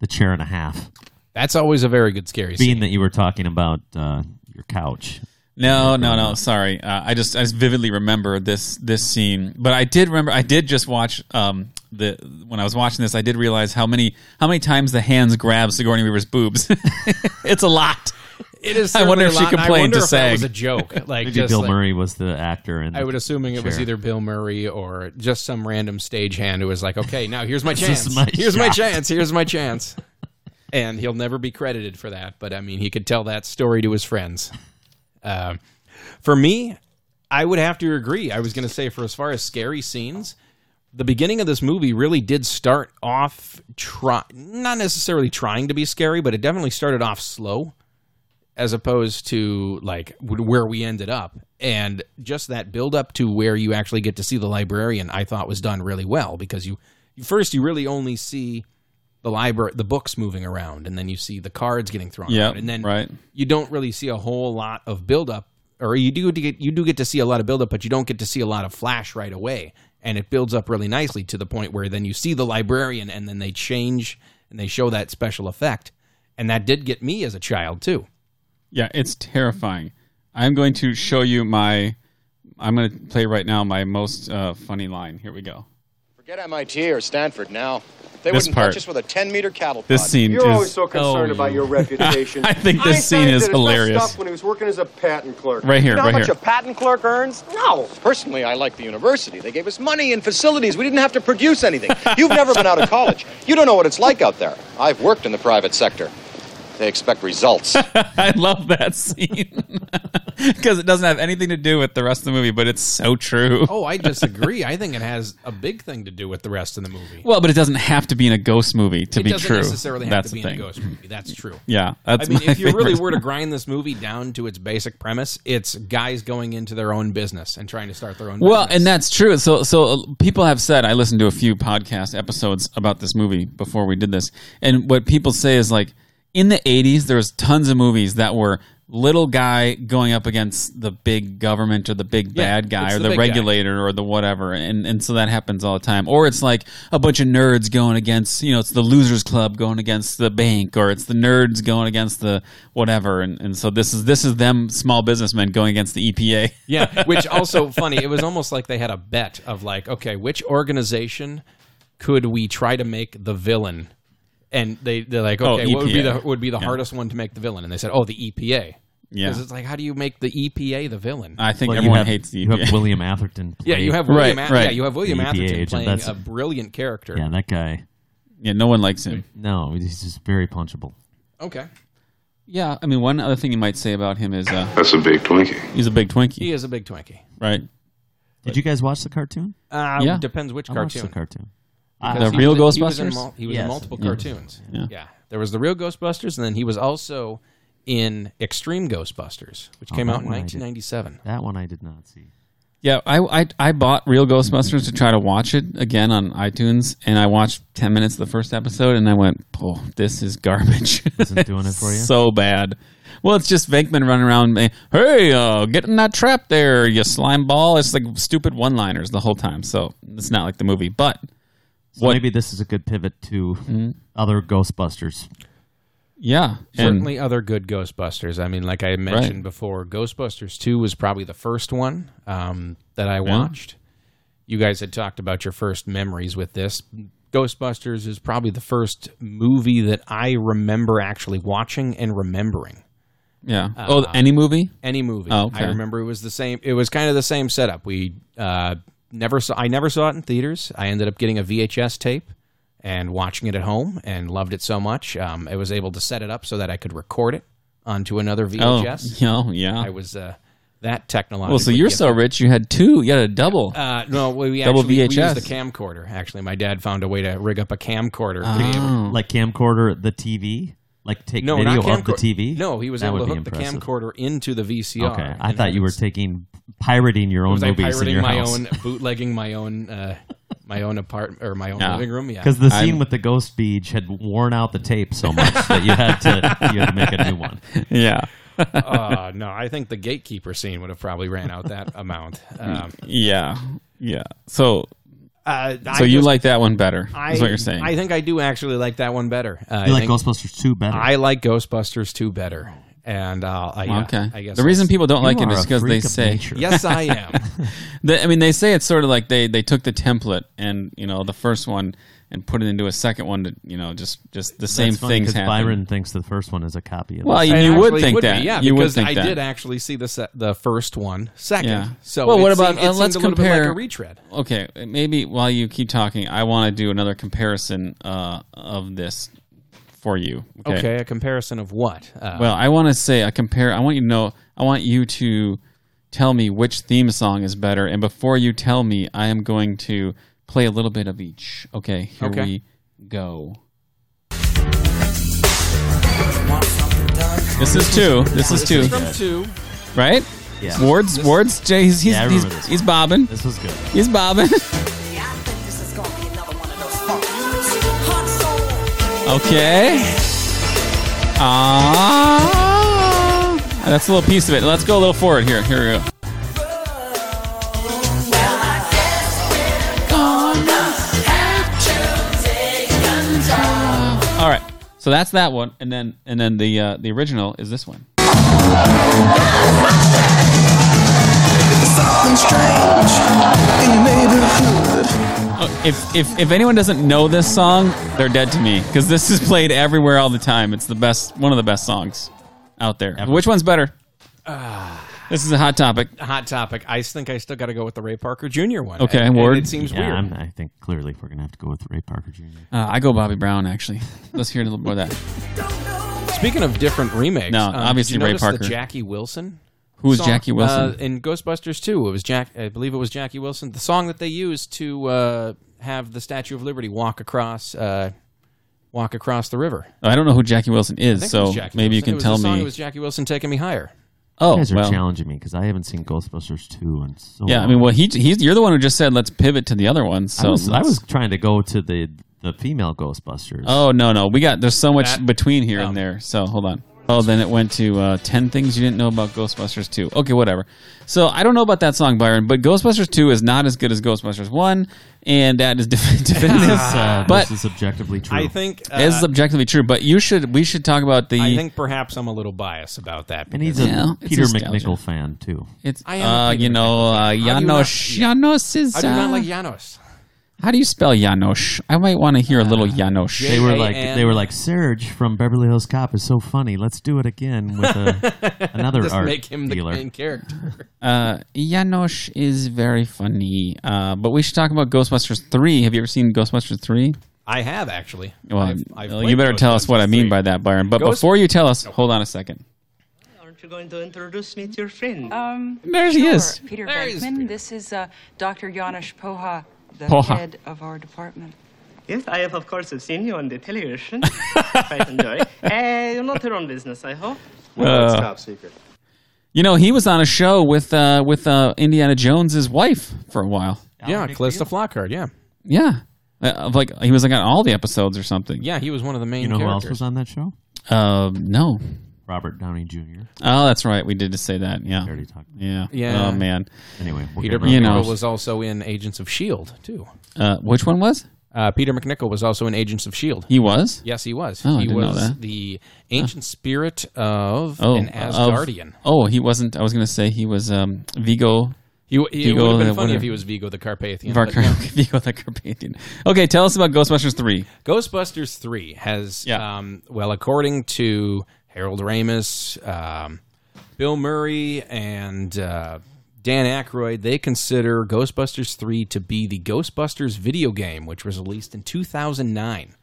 S11: the chair and a half,
S10: That's always a very good scary scene.
S11: being that you were talking about uh, your couch.
S9: No, no, no. Sorry, uh, I just I just vividly remember this this scene, but I did remember I did just watch um the when I was watching this I did realize how many how many times the hands grab Sigourney Weaver's boobs. it's a lot.
S10: It is.
S9: I wonder
S10: certainly
S9: if
S10: a
S9: she
S10: lot- and I
S9: complained
S10: wonder
S9: to
S10: if that
S9: SAG.
S10: was a joke. Like
S11: Maybe
S10: just
S11: Bill
S10: like-
S11: Murray was the actor, and
S10: I would assuming it was
S11: Sure.
S10: either Bill Murray or just some random stagehand who was like, "Okay, now here's my
S11: is
S10: chance.
S11: my
S10: here's my
S11: shot."
S10: chance. Here's my chance." And he'll never be credited for that, but I mean, he could tell that story to his friends. Uh, for me, I would have to agree. I was going to say, for as far as scary scenes, the beginning of this movie really did start off try not necessarily trying to be scary, but it definitely started off slow as opposed to like w- where we ended up and just that build up to where you actually get to see the librarian i thought was done really well because you you- first you really only see the the library, the books moving around, and then you see the cards getting thrown
S9: Yeah,
S10: out, and then
S9: right.
S10: you don't really see a whole lot of buildup, or you do get you do get to see a lot of buildup, but you don't get to see a lot of flash right away, and it builds up really nicely to the point where then you see the librarian, and then they change and they show that special effect, and that did get me as a child too.
S9: Yeah, it's terrifying. I'm going to show you my. I'm going to play right now my most uh, funny line. Here we go.
S3: Forget MIT or Stanford now. They
S9: This
S3: wouldn't
S9: part.
S3: touch us with a 10 meter cattle
S9: This
S3: prod.
S9: scene
S6: You're
S9: is
S6: always so
S10: Oh,
S6: concerned about your reputation.
S9: I think this
S6: Einstein
S9: scene is
S6: did his best
S9: hilarious.
S6: Stuff when he was working as a patent clerk.
S9: Right here,
S3: You know
S9: right
S3: how much
S9: here.
S3: a patent clerk earns? No. Personally, I like the university. They gave us money and facilities. We didn't have to produce anything. You've never been out of college. You don't know what it's like out there. I've worked in the private sector. They expect results.
S9: I love that scene because it doesn't have anything to do with the rest of the movie, but it's so true.
S10: Oh, I disagree. I think it has a big thing to do with the rest of the movie.
S9: Well, but it doesn't have to be in a ghost movie to
S10: it
S9: be
S10: doesn't
S9: true.
S10: necessarily have
S9: That's
S10: to be
S9: the
S10: in
S9: thing.
S10: a ghost movie. That's true.
S9: Yeah, that's
S10: I mean,
S9: my
S10: if you really
S9: favorite.
S10: were to grind this movie down to its basic premise, it's guys going into their own business and trying to start their own.
S9: Well,
S10: business.
S9: and that's true. So, so people have said I listened to a few podcast episodes about this movie before we did this, and what people say is like in the '80s there was tons of movies that were little guy going up against the big government or the big
S10: Yeah,
S9: bad guy
S10: it's
S9: or
S10: the
S9: the,
S10: big guy.
S9: regulator or the whatever, and and so that happens all the time. Or it's like a bunch of nerds going against you know it's the losers club going against the bank, or it's the nerds going against the whatever, and and so this is this is them small businessmen going against the E EPA.
S10: yeah, which also funny. It was almost like they had a bet of like, okay, which organization could we try to make the villain? And they they're like,
S9: Oh,
S10: okay, what would be the
S9: EPA.
S10: would be the hardest one to make the villain? And they said, oh, the EPA.
S9: Yeah.
S10: because it's like, how do you make the EPA the villain?
S9: I think
S11: Well, you
S9: everyone
S11: have-
S9: hates the
S11: You
S9: EPA.
S11: have William Atherton. Play.
S10: yeah, you have William.
S9: Right,
S10: Ath- Yeah,
S9: right. E
S10: you have William
S11: The EPA
S10: Atherton
S11: agent,
S10: playing
S11: that's-
S10: a brilliant character.
S11: Yeah, that guy.
S9: Yeah, no one likes him.
S11: No, he's just very punchable.
S10: Okay,
S9: Yeah, I mean, one other thing you might say about him is uh,
S8: That's a big Twinkie.
S9: he's a big Twinkie,
S10: he is a big Twinkie.
S9: right?
S11: Did you guys watch the cartoon?
S10: Uh,
S9: Yeah.
S10: depends which
S11: I watched
S10: cartoon.
S11: the cartoon.
S9: The
S10: Because
S9: real
S10: was in- He was in,
S9: Ghostbusters?
S10: mul- he was in
S11: Yes.
S10: multiple
S11: Yeah.
S10: cartoons.
S9: Yeah.
S10: Yeah. there was the real Ghostbusters, and then he was also in Extreme Ghostbusters, which
S11: Oh,
S10: came
S11: that
S10: out in
S11: one I did.
S10: 1997.
S11: That one I did not see.
S9: Yeah, I, I I bought Real Ghostbusters to try to watch it again on iTunes, and I watched ten minutes of the first episode, and I went, "Oh, this is garbage."
S11: Wasn't doing it for you?
S9: so bad. Well, it's just Venkman running around, eh, "Hey, uh, get in that trap there, you slime ball!" It's like stupid one-liners the whole time, so it's not like the movie. But
S11: So
S9: What-
S11: maybe this is a good pivot to other Ghostbusters.
S9: yeah, and-
S10: Certainly other good Ghostbusters. I mean, like I mentioned before, Ghostbusters 2 was probably the first one um, that I watched. You guys had talked about your first memories with this. Ghostbusters is probably the first movie that I remember actually watching and remembering.
S9: yeah. oh, any movie?
S10: Uh, any movie.
S9: Oh, okay.
S10: I remember it was the same. It was kind of the same setup. We uh, never saw. I never saw it in theaters. I ended up getting a VHS tape and watching it at home, and loved it so much. Um, I was able to set it up so that I could record it onto another
S9: Oh,
S10: VHS.
S9: yeah, yeah.
S10: I was uh, that technological.
S9: Well, so you're so rich, you had two, you had a double.
S10: Uh, no, we, we
S9: Double
S10: actually we
S9: VHS.
S10: used the camcorder. Actually, my dad found a way to rig up a camcorder. to be able-
S9: Oh.
S11: Like camcorder, the TV? Like take video of the
S10: camcor-
S11: TV?
S10: No, he was
S11: That
S10: able to
S11: would be
S10: hook the
S11: impressive.
S10: camcorder into the VCR.
S11: Okay, I
S10: and
S11: thought you were
S10: it's-
S11: taking pirating your own
S10: was I
S11: movies in
S10: pirating
S11: your
S10: my
S11: house.
S10: own bootlegging my own uh, my own apartment or my own
S9: Yeah.
S10: living room? Yeah,
S11: Because the scene
S9: I'm-
S11: with the ghost beach had worn out the tape so much that you had to you had to make a new one.
S9: yeah.
S10: uh, no, I think the gatekeeper scene would have probably ran out that amount. Um,
S9: Yeah. Yeah. So
S10: uh, I
S9: so you
S10: just-
S9: like that one better.
S10: I,
S9: is what you're saying.
S10: I think I do actually like that one better. Uh,
S11: You
S10: I
S11: like
S10: think
S11: Ghostbusters two better?
S10: I like Ghostbusters two better, and uh, I, yeah,
S9: okay.
S10: I guess
S9: the reason people don't
S11: You
S9: like it
S11: are
S9: is
S11: a
S9: because they
S11: freak of
S9: say
S11: nature.
S10: yes, I am.
S9: they, I mean they say it's sort of like they they took the template and you know the first one and put it into a second one to you know just just the same
S11: That's funny
S9: things
S11: 'cause
S9: happen.
S11: Byron thinks the first one is a copy of.
S9: well,
S11: this.
S9: you,
S10: It
S9: you would
S10: actually
S9: think
S10: be,
S9: that.
S10: yeah,
S9: you would
S10: because
S9: think
S10: I
S9: that.
S10: did actually see the se- the first one second.
S9: Yeah.
S10: So
S9: Well,
S10: it
S9: what about-
S10: seemed- it
S9: uh, let's
S10: seemed a little bit
S9: compare-
S10: like a retread.
S9: Okay, maybe while you keep talking, I want to do another comparison uh, of this for you.
S10: Okay. a comparison of what? Uh,
S9: Well, I want to say I compare. I want you to know. I want you to tell me which theme song is better. And before you tell me, I am going to play a little bit of each. Okay, here
S10: Okay.
S9: we go. This is two. This is two,
S10: from two.
S9: right?
S11: Yeah.
S9: Ward's Ward's Jay. He's he's
S11: Yeah, I
S9: he's,
S11: remember this
S9: he's bobbing.
S11: this was good.
S9: He's bobbing.
S2: Yeah, I think this is gonna be another one of those funk movies. Hot soul.
S9: Okay. Ah, that's a little piece of it. Let's go a little forward here. Here we go. All right. So that's that one, and then and then the uh, the original is this one. Oh, If if if anyone doesn't know this song, they're dead to me because this is played everywhere all the time. It's the best, one of the best songs out there. Which one's better? this is a hot topic.
S10: Hot topic. I think I still got to go with the Ray Parker Jr. one.
S9: Okay,
S10: and, and
S9: Ward?
S10: it seems
S11: yeah,
S10: weird.
S11: I'm, I think clearly we're gonna have to go with Ray Parker Jr.
S9: Uh, I go Bobby Brown actually. Let's hear a little more of that.
S10: Speaking of different remakes,
S9: No,
S10: um,
S9: obviously
S10: did you
S9: Ray
S10: notice the
S9: Parker.
S10: Jackie Wilson.
S9: Who was
S10: song?
S9: Jackie Wilson?
S10: Uh, in Ghostbusters 2, it was Jack. I believe it was Jackie Wilson. The song that they used to uh, have the Statue of Liberty walk across, uh, walk across the river.
S9: I don't know who Jackie Wilson
S10: I
S9: is,
S10: think it was
S9: so
S10: Jackie
S9: maybe you
S10: Wilson.
S9: can
S10: it was
S9: tell
S10: the song,
S9: me.
S10: It was Jackie Wilson taking me higher.
S9: Oh,
S11: you guys are
S9: well.
S11: challenging me because I haven't seen Ghostbusters two and so.
S9: yeah, I
S11: long.
S9: mean, well, he, he's you're the one who just said let's pivot to the other one. So
S11: I was, I
S9: let's-
S11: was trying to go to the the female Ghostbusters.
S9: Oh no, no, we got there's so much
S11: That-
S9: between here and there. So hold on. Oh, then it went to uh, ten things you didn't know about Ghostbusters two. Okay, whatever. So I don't know about that song, Byron, but Ghostbusters two is not as good as Ghostbusters one, and that is defi- definitive.
S11: This, uh,
S9: but
S11: this is objectively true.
S10: I think uh,
S9: this is objectively true. But you should we should talk about the.
S10: I think perhaps I'm a little biased about that.
S11: and he's a
S10: because-
S9: Yeah, it's
S11: Peter
S9: nostalgia.
S11: McNichol fan too.
S9: it's
S10: I am a
S9: uh,
S10: Peter
S9: you know uh,
S10: How do you not-
S9: Janos Janos is.
S10: I do not
S9: uh,
S10: like Janos.
S9: How do you spell Janosch? I might want to hear a little
S10: Uh,
S9: Janosch.
S11: They were like
S10: J.A.N..
S11: they were like Serge from Beverly Hills Cop is so funny. Let's do it again with a, another
S10: Just
S11: art
S10: make him
S11: dealer.
S10: the main character.
S9: Uh, Janosch is very funny. Uh, but we should talk about Ghostbusters 3. Have you ever seen Ghostbusters 3?
S10: I have actually.
S9: Well,
S10: I've- I've
S9: well,
S10: played
S9: you better tell us what I
S10: Ghostbusters
S9: mean
S10: 3.
S9: by that, Byron. But
S10: Ghost-
S9: before you tell us, hold on a second.
S12: Aren't you going to introduce me to your friend?
S13: Um,
S9: There she
S13: sure.
S9: is.
S13: Peter
S12: There he is,
S13: Beckman. This is uh, Dr. Janusz Poha, the
S12: Poha.
S13: head of our department.
S12: Yes, I have, of course, have seen you on the television. Quite enjoy. Uh, you're not your own business, I hope.
S9: Well, it's Uh. top
S12: secret.
S9: You know, he was on a show with uh, with uh, Indiana Jones's wife for a while.
S10: Yeah, Calista Flockhart. Yeah,
S9: Yeah. Uh, like he was like on all the episodes or something.
S10: yeah, he was one of the main.
S11: You know who
S10: characters.
S11: else was on that show?
S9: Um, no.
S11: Robert Downey Jr.
S9: Oh, that's right. We did just say that. Yeah. Yeah.
S10: Yeah.
S9: Oh man.
S11: Anyway, we'll
S10: Peter
S11: get
S10: McNichol
S9: You know.
S10: was also in Agents of Shield E too.
S9: Uh, which one was?
S10: Uh, Peter McNichol was also in Agents of Shield.
S9: He was?
S10: E Yes, he was.
S9: Oh, I
S10: he
S9: didn't know
S10: was
S9: that.
S10: the ancient spirit of
S9: Oh,
S10: an
S9: of-
S10: Asgardian.
S9: oh, he wasn't. I was going to say he was um, Vigo.
S10: He, he, it would have
S9: the-
S10: been funny
S9: whatever.
S10: if he was Vigo the Carpathian.
S9: Var-
S10: but no.
S9: Vigo the Carpathian. Okay, tell us about Ghostbusters three.
S10: Ghostbusters three has, um, well, according to Harold Ramis, um, Bill Murray, and uh, Dan Aykroyd, they consider Ghostbusters three to be the Ghostbusters video game, which was released in two thousand nine.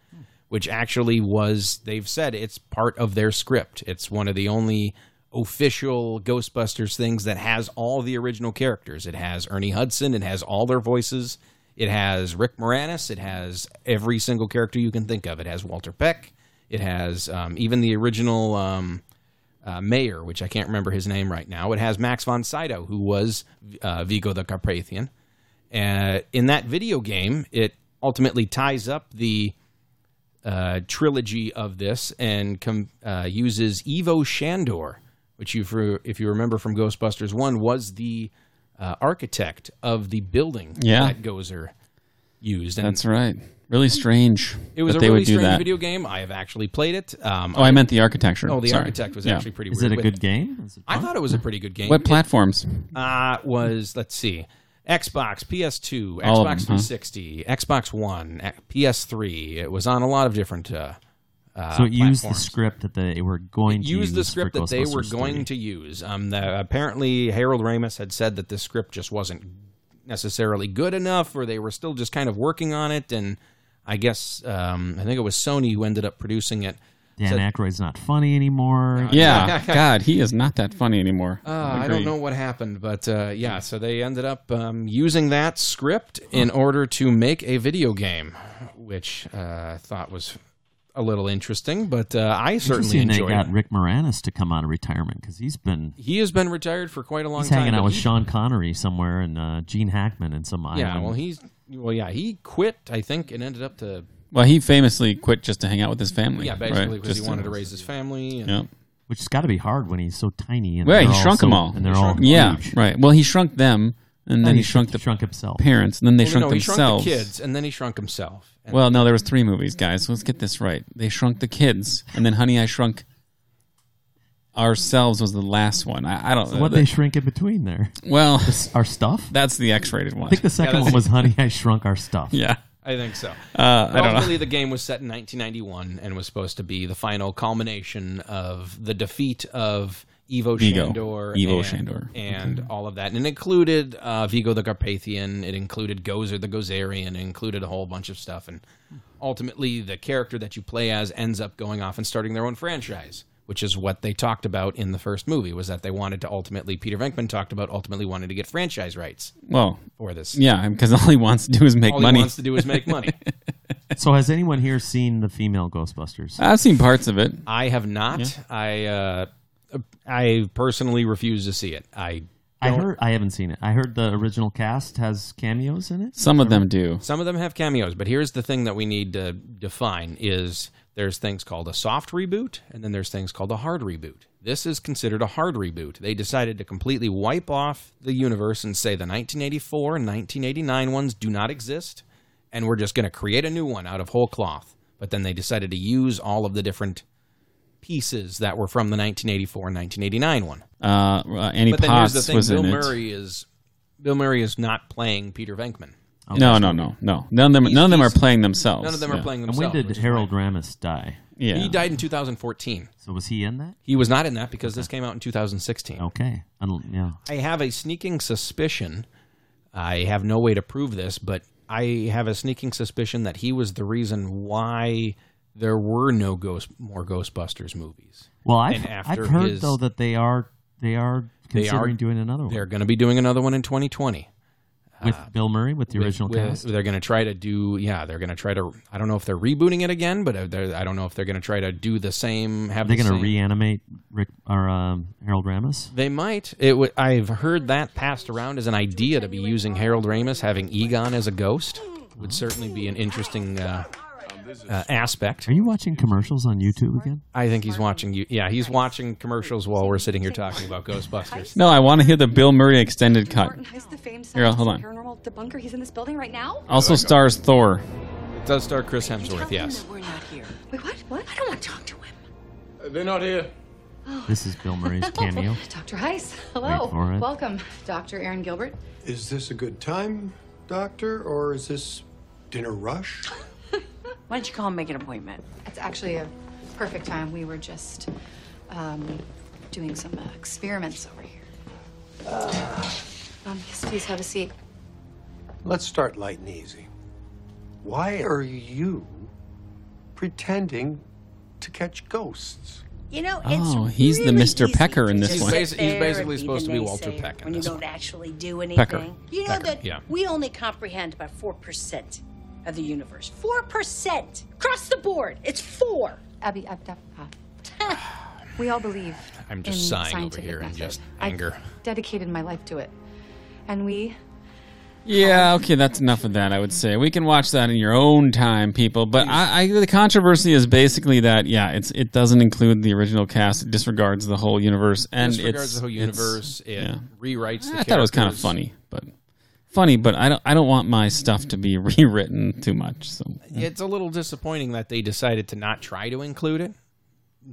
S10: Which actually was, they've said it's part of their script. It's one of the only official Ghostbusters things that has all the original characters. It has Ernie Hudson, it has all their voices, it has Rick Moranis, it has every single character you can think of. It has Walter Peck, it has um, even the original um, uh, mayor, which I can't remember his name right now. It has Max von Sydow, who was uh, Vigo the Carpathian. Uh, in that video game, it ultimately ties up the uh, trilogy of this and com- uh, uses Evo Shandor, which you for, if you remember from Ghostbusters One was the uh, architect of the building
S9: Yeah.
S10: that Gozer used. And
S9: That's right. Really strange.
S10: It was
S9: that
S10: a
S9: they
S10: really
S9: would do
S10: strange
S9: that.
S10: video game. I have actually played it. Um,
S9: Oh, I meant the architecture.
S10: Oh, the
S9: Sorry.
S10: architect was
S9: Yeah.
S10: actually pretty.
S11: Is
S10: weird
S11: it a
S10: with
S11: good game? Is it
S10: I thought it was a pretty good game.
S9: What
S10: It-
S9: platforms?
S10: Uh, it was let's see, Xbox, PS2,
S9: All of
S10: Xbox
S9: them, huh?
S10: 360, Xbox One, eh, X- PS3. It was on a lot of different. Uh, uh,
S11: so it used the
S10: platforms.
S11: script that they were going to
S10: Use
S11: use
S10: the script
S11: for
S10: that they were
S11: Ghostbusters
S10: going
S11: 3.
S10: to use. Um, the, apparently Harold Ramis had said that the script just wasn't necessarily good enough, or they were still just kind of working on it. And I guess um, I think it was Sony who ended up producing it.
S11: Dan
S10: Said-
S11: Aykroyd's not funny anymore.
S9: Yeah. God, he is not that funny anymore.
S10: Uh, I don't know what happened, but uh, yeah, so they ended up um, using that script in order to make a video game, which uh, I thought was a little interesting, but uh, I certainly
S11: Interesting they
S10: enjoyed
S11: got
S10: it.
S11: Rick Moranis to come out of retirement because he's been
S10: He has been retired for quite a long
S11: he's
S10: time.
S11: hanging
S10: but
S11: out with
S10: he-
S11: Sean Connery somewhere and uh, Gene Hackman and some
S10: Yeah,
S11: island.
S10: well, he's well, yeah, he quit, I think, and ended up to
S9: Well, he famously quit just to hang out with his family.
S10: Yeah,
S9: right?
S10: basically because
S9: Just uh,
S10: he wanted to raise his family. And
S9: Yeah.
S11: Which has got to be hard when he's so tiny. And
S9: Right,
S11: they're
S9: he shrunk
S11: so-
S9: them all,
S11: And they're all
S9: yeah,
S11: huge.
S9: right. Well, he shrunk them, and
S11: No,
S9: then
S11: he
S9: he shrunk the
S11: shrunk himself.
S9: parents, and then they
S10: Well,
S9: shrunk
S10: no,
S9: themselves.
S10: He shrunk the kids, and then he shrunk himself. And
S9: Well, no, there was three movies, guys. Let's get this right. They shrunk the kids, and then Honey, I Shrunk Ourselves was the last one. I, I don't
S11: So what
S9: the-
S11: they shrink in between there?
S9: Well,
S11: This- our stuff.
S9: That's the X-rated one.
S11: I think the second one was Honey, I Shrunk Our Stuff.
S9: Yeah.
S10: I think so.
S9: Uh, I
S10: But
S9: don't know.
S10: ultimately, the game was set in 1991 and was supposed to be the final culmination of the defeat of Evo
S9: Vigo. Mm-hmm.
S10: Shandor.
S9: Evo
S10: and,
S9: Shandor.
S10: And all of that. And it included uh, Vigo the Carpathian. It included Gozer the Gozerian. It included a whole bunch of stuff. And ultimately, the character that you play as ends up going off and starting their own franchise. Which is what they talked about in the first movie was that they wanted to ultimately Peter Venkman talked about ultimately wanting to get franchise rights.
S9: Well,
S10: for this,
S9: yeah, because all he wants to do is make
S10: all
S9: money.
S10: He wants to do is make money.
S11: So has anyone here seen the female Ghostbusters?
S9: I've seen parts of it.
S10: I have not. I uh, I personally refuse to see it. I
S11: I
S10: don't-
S11: heard. I haven't seen it. I heard the original cast has cameos in it.
S9: Some of them do.
S10: Some of them have cameos, but here's the thing that we need to define is there's things called a soft reboot and then there's things called a hard reboot. This is considered a hard reboot. They decided to completely wipe off the universe and say the 1984 and 1989 ones do not exist and we're just going to create a new one out of whole cloth. But then they decided to use all of the different pieces that were from the 1984 and 1989 one.
S9: Uh, uh, Annie
S10: but then here's
S9: Potts
S10: the thing:
S9: was
S10: Bill
S9: in it.
S10: Murray is Bill Murray is not playing Peter Venkman.
S11: Oh,
S9: No, no, no, no. None of them. None of them are playing themselves.
S10: None of them
S9: Yeah.
S10: are playing
S11: And
S10: themselves.
S11: when did Harold Ramis die?
S9: Yeah.
S10: He died in 2014.
S11: So was he in that?
S10: He was not in that because this came out in 2016.
S11: Okay. I don't- yeah.
S10: I have a sneaking suspicion. I have no way to prove this, but I have a sneaking suspicion that he was the reason why there were no ghost more Ghostbusters movies.
S11: Well, I've,
S10: And after
S11: I've heard
S10: his-
S11: though that they are they are
S10: They
S11: considering
S10: are-
S11: doing another one
S10: They're going to be doing another one in 2020.
S11: with Bill Murray with the
S10: uh, with-
S11: original
S10: with-
S11: cast.
S10: They're going to try to do, yeah, they're going to try to. I don't know if they're rebooting it again, but uh, they're, I don't know if they're going to try to do the same.
S11: Are
S10: Have
S11: they
S10: the
S11: going to
S10: same-
S11: reanimate Rick or um, Harold Ramis?
S10: They might. It. W- I've heard that passed around as an idea to be using Harold Ramis having Egon as a ghost would certainly be an interesting uh, uh, aspect.
S11: Are you watching commercials on YouTube again?
S10: I think he's watching you. Yeah, he's watching commercials while we're sitting here talking about Ghostbusters.
S9: No, I want to hear the Bill Murray extended cut.
S14: Martin Heist, the famed
S9: Here,
S14: scientist
S9: hold
S14: and
S9: on.
S14: paranormal debunker. He's in this building right now.
S9: Also stars Thor.
S10: It does star Chris Hemsworth. Yes.
S14: We're not here. Wait, what? What? I don't want to talk to him.
S4: They're not here.
S11: This is Bill Murray's cameo.
S14: Dr. Heist,
S11: Wait for
S14: hello.
S11: it.
S14: Welcome, Dr. Aaron Gilbert.
S15: Is this a good time, Doctor, or is this dinner rush?
S14: Why don't you call and make an appointment? It's actually a perfect time. We were just um, doing some uh, experiments over here. Um, yes, please have a seat.
S15: Let's start light and easy. Why are you pretending to catch ghosts?
S16: You know, it's
S9: Oh, he's the
S16: really
S9: Mr.
S16: easy
S9: Pecker in
S16: to
S9: this
S16: just
S9: one.
S16: sit
S9: He's basi-
S10: he's
S16: there
S10: basically
S16: and
S10: supposed
S16: the
S10: to be Walter
S16: naysayer
S10: Peck in
S16: When you
S10: this
S16: don't
S10: one.
S16: actually do anything.
S9: Pecker.
S16: You know
S9: Pecker,
S16: that
S9: yeah.
S16: we only comprehend about four percent of the universe. Four percent across the board. It's four.
S14: Abby, Abdapha. we all believe.
S10: I'm just
S14: in
S10: sighing over
S14: scientific
S10: here in
S14: method.
S10: just
S14: I've
S10: anger.
S14: dedicated my life to it. And we
S9: Yeah, okay, that's enough of that. I would say we can watch that in your own time, people. But I, I, the controversy is basically that yeah, it's it doesn't include the original cast. It disregards the whole universe, and
S10: Disregards
S9: it's
S10: the whole
S9: it's-
S10: universe, it
S9: yeah.
S10: rewrites the
S9: I thought it was kind of
S10: characters.
S9: funny, but funny, but I don't I don't want my stuff to be rewritten too much. So
S10: It's a little disappointing that they decided to not try to include it,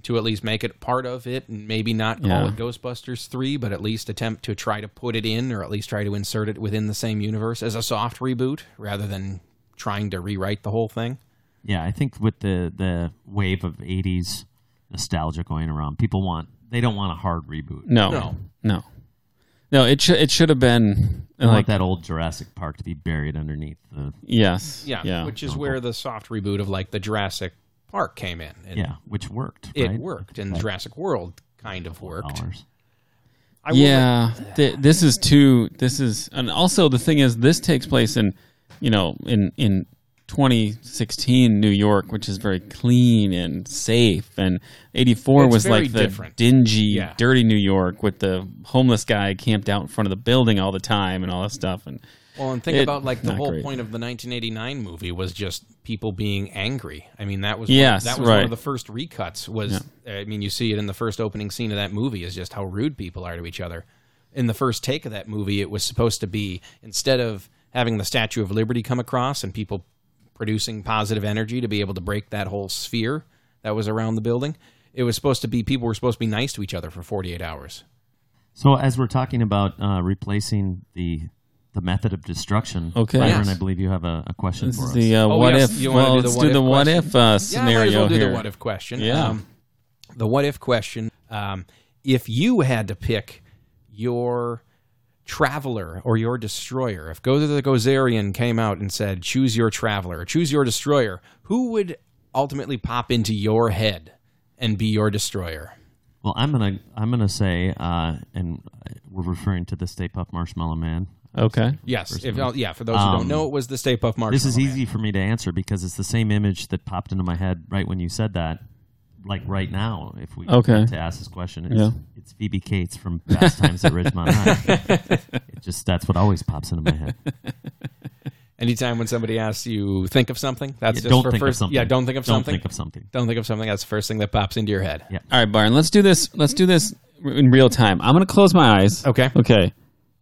S10: to at least make it part of it, and maybe not call
S9: Yeah.
S10: it Ghostbusters 3, but at least attempt to try to put it in or at least try to insert it within the same universe as a soft reboot rather than trying to rewrite the whole thing.
S11: Yeah, I think with the the wave of '80s nostalgia going around, people want they don't want a hard reboot.
S10: Mm,
S9: no, no, no, no it should it should have been
S11: They want
S9: like
S11: that old Jurassic Park to be buried underneath the.
S9: Yes.
S10: Yeah, which is where the soft reboot of like the Jurassic Park came in. It-
S11: Yeah, which worked.
S10: It
S11: right?
S10: worked, and Jurassic World kind of worked. I will-
S9: yeah, th- this is too. This is, and also the thing is, this takes place in, you know, in in 2016 New York, which is very clean and safe, and 84
S10: It's
S9: was
S10: very
S9: like the
S10: different.
S9: dingy,
S10: Yeah.
S9: dirty New York with the homeless guy camped out in front of the building all the time and all that stuff, and
S10: Well, and think
S9: It-
S10: about like the
S9: not
S10: whole
S9: great.
S10: point of the 1989 movie was just people being angry. I mean, that was
S9: Yes,
S10: one, that was
S9: right.
S10: one of the first recuts. Was I mean, you see it in the first opening scene of that movie is just how rude people are to each other. In the first take of that movie, it was supposed to be instead of having the Statue of Liberty come across and people producing positive energy to be able to break that whole sphere that was around the building, it was supposed to be people were supposed to be nice to each other for 48 hours.
S11: So as we're talking about uh, replacing the the method of destruction,
S9: Okay.
S11: Byron,
S9: Yes.
S11: I believe you have a, a question
S9: This
S11: for
S9: is
S11: us.
S9: the, uh, Oh, what yes, if- you wanna well, do the let's do what if the what question? if, uh,
S10: yeah, might as
S9: scenario
S10: well do
S9: here.
S10: the what if question.
S9: Yeah.
S10: Um, the what if question. Um, if you had to pick your traveler or your destroyer, if Gozer the Gozerian came out and said, choose your traveler or choose your destroyer, who would ultimately pop into your head and be your destroyer?
S11: Well, I'm gonna I'm gonna say, uh, and we're referring to the Stay Puft Marshmallow Man.
S9: Okay.
S10: Yes, if- oh, yeah, for those who don't know, it was the Stay Puft
S11: um, This is
S10: Marshmallow
S11: easy for me to answer because it's the same image that popped into my head right when you said that. Like right now, if we
S9: Okay.
S11: to ask this question, it's, it's Phoebe Cates from Fast Times at Ridgemont High. it just that's what always pops into my head.
S10: Anytime when somebody asks you, think of something. That's
S11: Yeah,
S10: just
S11: don't
S10: for
S11: think of
S10: first.
S11: something.
S10: Yeah, don't think of
S11: Don't
S10: something.
S11: think of something.
S10: Don't think of something. That's the first thing that pops into your head.
S11: Yeah.
S9: All right, Byron. Let's do this. Let's do this in real time. I'm going to close my eyes.
S10: Okay.
S9: Okay.